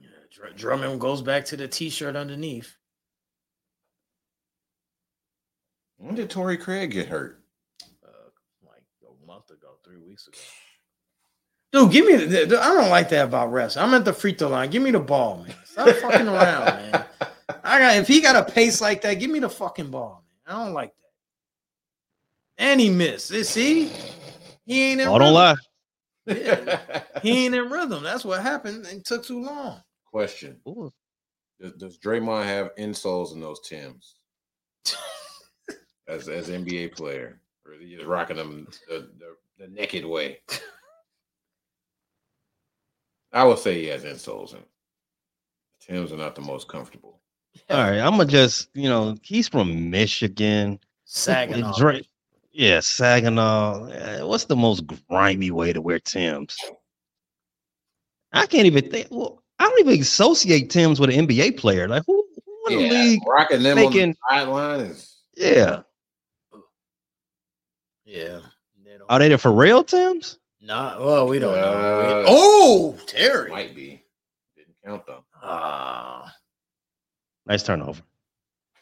Speaker 7: Yeah, Dr- Drummond goes back to the t-shirt underneath.
Speaker 1: when did Torrey Craig get hurt?
Speaker 7: Uh, like a month ago, three weeks ago. Dude, give me the, the- the- I don't like that about refs. I'm at the free throw line. Give me the ball, man. Stop fucking around, man. I got if he got a pace like that, give me the fucking ball, man. I don't like that. And he missed. See, he ain't in.
Speaker 3: Oh, don't
Speaker 7: rhythm.
Speaker 3: lie.
Speaker 7: He ain't in rhythm. That's what happened. It took too long.
Speaker 1: (laughs) Question:
Speaker 3: Ooh,
Speaker 1: Does, does Draymond have insoles in those Tims? as as NBA player, or is he just rocking them the, the, the naked way? I would say he has insoles in. Tims are not the most comfortable.
Speaker 3: All right, I'm gonna just you know he's from Michigan.
Speaker 7: Sagging.
Speaker 3: And
Speaker 7: off.
Speaker 3: Dra- yeah, Saginaw. Eh, What's the most grimy way to wear Tim's? I can't even think. Well, I don't even associate Tim's with an NBA player. Like who, who in the
Speaker 1: Yeah,
Speaker 3: league?
Speaker 1: rocking them on
Speaker 3: making-
Speaker 1: the sideline is
Speaker 3: Yeah.
Speaker 2: Yeah. They don't-
Speaker 3: Are they the for real Tims?
Speaker 2: Nah, well, we don't know.
Speaker 1: Uh,
Speaker 2: oh, Terry.
Speaker 1: Might be. Didn't count them.
Speaker 2: Ah,
Speaker 3: Nice turnover.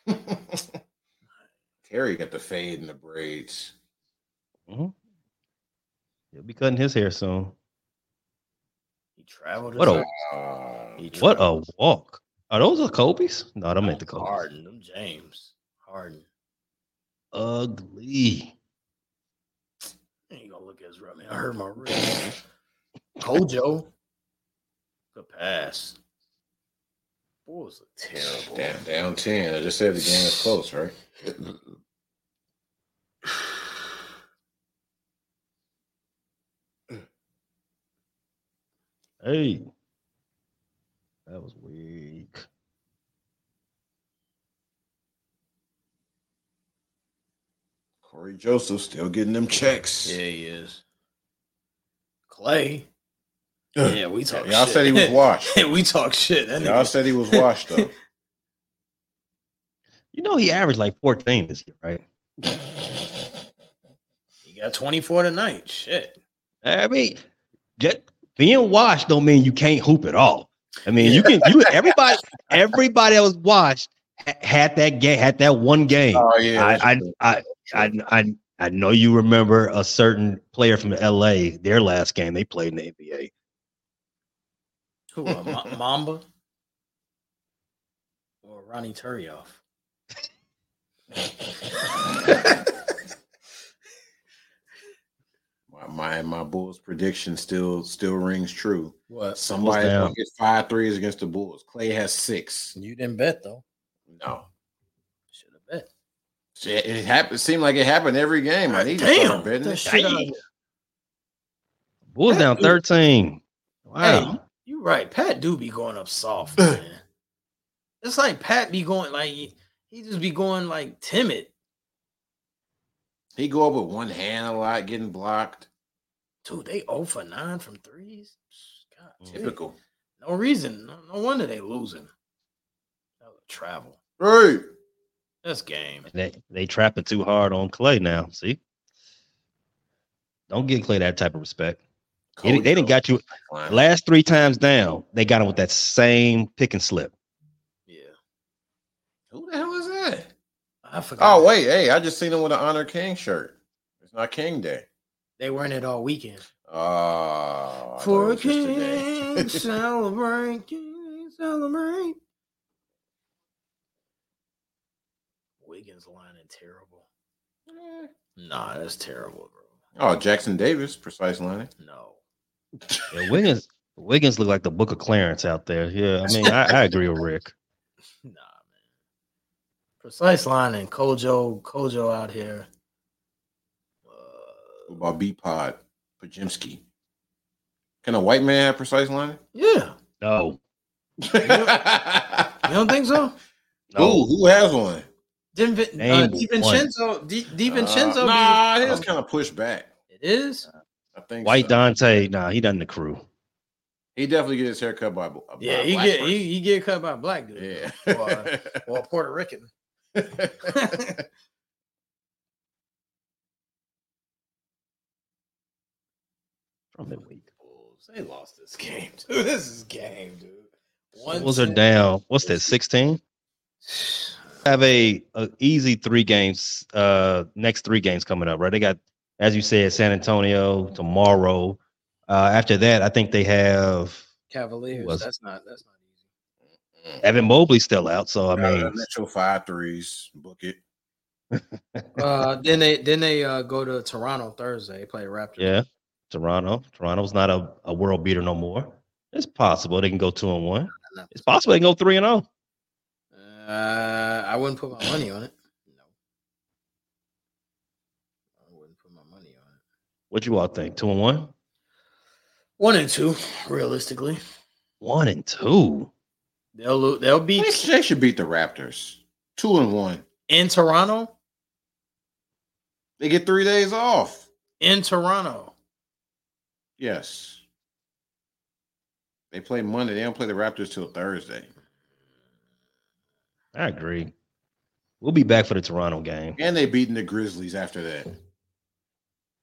Speaker 1: (laughs) Terry got the fade and the braids.
Speaker 3: Mhm. He'll be cutting his hair soon.
Speaker 2: he traveled.
Speaker 3: What
Speaker 2: his-
Speaker 3: a
Speaker 1: Uh,
Speaker 2: he
Speaker 3: what
Speaker 2: traveled.
Speaker 3: a walk. Are those the Kobe's? No, them ain't the
Speaker 2: Them
Speaker 3: Kobe's.
Speaker 2: Harden, them James. Harden.
Speaker 3: Ugly.
Speaker 2: I ain't gonna look as rough. Man, I hurt my wrist. Kojo. Good pass. Bulls look terrible.
Speaker 1: down, down 10. I just said the game is close, right?
Speaker 3: Hey. That was weak.
Speaker 1: Corey Joseph still getting them checks.
Speaker 2: Yeah, he is. Clay. Yeah, we talk.
Speaker 1: Y'all
Speaker 2: shit.
Speaker 1: said he
Speaker 2: (laughs)
Speaker 1: was
Speaker 7: (laughs)
Speaker 1: washed.
Speaker 2: we talk shit. That
Speaker 1: Y'all
Speaker 2: nigga-
Speaker 1: said he was washed, though.
Speaker 3: You know he averaged like 14 this year, right?
Speaker 2: he got 24 tonight. Shit.
Speaker 3: I mean, just being washed don't mean you can't hoop at all. I mean, you can. You everybody, everybody that was washed ha- had that game, had that one game.
Speaker 1: Oh, yeah.
Speaker 3: I, I, I, I, I, I know you remember a certain player from L.A. Their last game they played in the NBA.
Speaker 2: Who? Uh, Ma- Mamba? Or Ronnie Turioff?
Speaker 1: my, my my Bulls prediction still still rings true.
Speaker 2: What?
Speaker 1: Somebody's
Speaker 3: down.
Speaker 1: gonna get five threes against the Bulls. Clay has six.
Speaker 2: You didn't bet, though.
Speaker 1: No,
Speaker 2: Should have bet.
Speaker 1: it, it happened. Seemed like it happened every game. I need to
Speaker 2: Damn.
Speaker 1: start betting.
Speaker 2: that
Speaker 1: it.
Speaker 2: shit out of-
Speaker 3: Bulls down
Speaker 2: Hey.
Speaker 3: thirteen. Wow.
Speaker 2: Hey, you right. Pat do be going up (clears throat) soft, man. it's like Pat be going like he just be going like timid.
Speaker 1: He go up with one hand a lot, getting blocked.
Speaker 2: Dude, they 0 for 9 from threes. God, damn.
Speaker 1: Typical.
Speaker 2: No reason. No, no wonder they losing. That was travel.
Speaker 1: Hey,
Speaker 2: That's game.
Speaker 3: They they trapping too hard on Clay now. See, don't give Clay that type of respect. They, they didn't got you
Speaker 1: Fine.
Speaker 3: last three times down. They got him with that same pick and slip.
Speaker 2: Yeah.
Speaker 1: Who the hell is that?
Speaker 2: I forgot.
Speaker 1: Oh wait, hey, I just seen him with an Honor King shirt. It's not King Day.
Speaker 2: They weren't it all weekend.
Speaker 1: Oh, I thought
Speaker 2: For a
Speaker 1: it was just today.
Speaker 2: (laughs) king, celebrate, king, celebrate. Wiggins lining terrible. Nah, that's terrible, bro.
Speaker 1: Oh, Jackson Davis, precise lining.
Speaker 2: No.
Speaker 3: Yeah, Wiggins Wiggins look like the book of Clarence out there. Yeah, I mean, I, I agree with Rick.
Speaker 2: Nah, man. Precise lining. Kojo, Kojo out here. Uh,
Speaker 1: What about B Pod Pajimski? Can a white man have precise lining?
Speaker 2: yeah.
Speaker 3: No,
Speaker 1: (laughs)
Speaker 2: You don't think so?
Speaker 3: no,
Speaker 1: Who who has one?
Speaker 2: Didn't Vin- uh,
Speaker 3: Name
Speaker 2: DiVincenzo, Di, DiVincenzo
Speaker 1: Uh,
Speaker 2: be-
Speaker 1: nah, it's kind of pushed back.
Speaker 2: It is?
Speaker 1: I think
Speaker 3: Oh. White
Speaker 1: so.
Speaker 3: Dante. Nah, he doesn't the crew.
Speaker 1: He definitely get his hair cut by. a bl- by
Speaker 2: Yeah,
Speaker 1: a
Speaker 2: he
Speaker 1: black
Speaker 2: get
Speaker 1: person.
Speaker 2: he, he get cut by a black dude.
Speaker 1: Yeah. (laughs)
Speaker 2: Or, or a Puerto Rican. (laughs)
Speaker 3: From the week.
Speaker 2: Bulls. They lost this game, dude. (laughs) This is game, dude. One
Speaker 3: Bulls are
Speaker 2: ten-
Speaker 3: down. What's that? Sixteen. Have a, a easy three games. Uh, next three games coming up. Right, they got as you said, San Antonio tomorrow. Uh, after that, I think they have
Speaker 2: (sighs) Cavaliers.
Speaker 3: Was-
Speaker 2: That's not that's not easy.
Speaker 3: Evan Mobley still out. So I
Speaker 1: Uh,
Speaker 3: mean,
Speaker 1: Mitchell five threes, book it.
Speaker 2: Uh, then they then they uh, go to Toronto Thursday. Play Raptors.
Speaker 3: yeah, Toronto. Toronto's not a, a world beater no more. It's possible they can go two and one. It's possible they can go three and oh. zero.
Speaker 2: Uh, I wouldn't put my money on it. No, I wouldn't put my money on it.
Speaker 3: What you all think? Two and one,
Speaker 2: One and two, realistically,
Speaker 3: one and two.
Speaker 2: they'll lo- they'll
Speaker 1: They
Speaker 2: beat
Speaker 1: should, they should beat the Raptors. Two and one.
Speaker 2: in Toronto.
Speaker 1: They get three days off.
Speaker 2: In Toronto,
Speaker 1: Yes. They play Monday. They don't play the Raptors till Thursday.
Speaker 3: I agree. We'll be back for the Toronto game.
Speaker 1: And they beating the Grizzlies after that.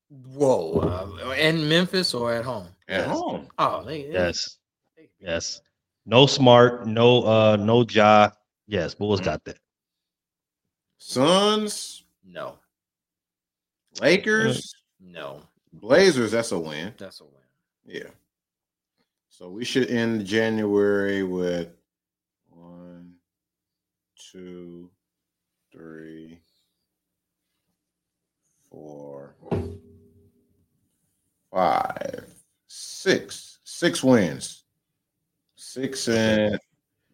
Speaker 2: Whoa, uh, in Memphis or at home?
Speaker 1: At home.
Speaker 2: Oh, they, they-
Speaker 3: Yes. Yes. No smart, no uh no Ja. Yes, Bulls got that.
Speaker 1: Suns,
Speaker 2: no,
Speaker 1: Lakers,
Speaker 2: no,
Speaker 1: Blazers. That's a win.
Speaker 2: that's a win.
Speaker 1: Yeah. So we should end January with one, two, three, four, five, six, six wins. Six and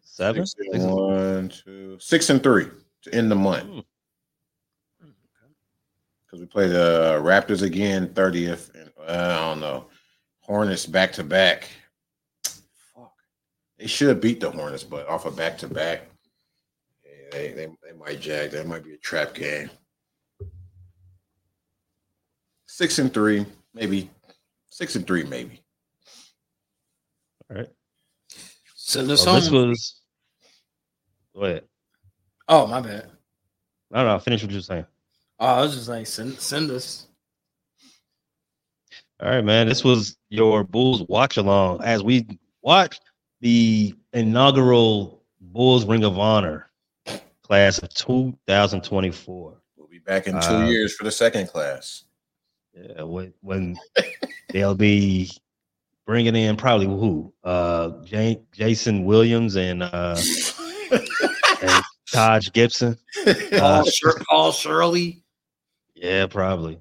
Speaker 3: Seven?
Speaker 1: six and one, two, six and three to end the month.
Speaker 3: Mm.
Speaker 1: Because we play the Raptors again, 30th. And, uh, I don't know. Hornets back to back. Fuck. They should beat the Hornets, but off of back to back, they, they, they might jag. That might be a trap game. Six and three, maybe. Six and three, maybe.
Speaker 2: Send us
Speaker 3: So Oh, this
Speaker 2: home.
Speaker 3: was go ahead.
Speaker 2: oh, my bad.
Speaker 3: No, no, finish what you're saying.
Speaker 2: Oh, I was just like, send send us.
Speaker 3: All right, man. This was your Bulls watch along as we watch the inaugural Bulls Ring of Honor class of 2024.
Speaker 1: We'll be back in two
Speaker 3: Uh,
Speaker 1: years for the second class.
Speaker 3: Yeah, when when they'll be bringing in probably who? Uh, Jan- Jason Williams and uh, and Taj Gibson. Uh,
Speaker 2: Paul, Shir- Paul Shirley,
Speaker 3: yeah, probably.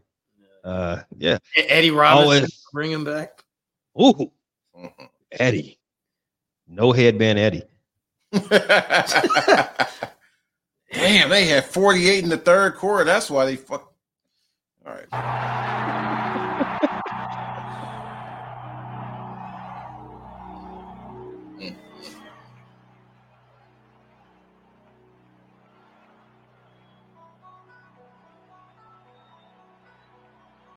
Speaker 3: Uh, yeah.
Speaker 2: E- Eddie Robinson,
Speaker 3: Always.
Speaker 2: bring him back.
Speaker 3: Ooh,
Speaker 1: Mhm.
Speaker 3: Eddie. No headband, Eddie.
Speaker 1: (laughs) Damn, they had 48 in the third quarter. That's why they fuck. All right.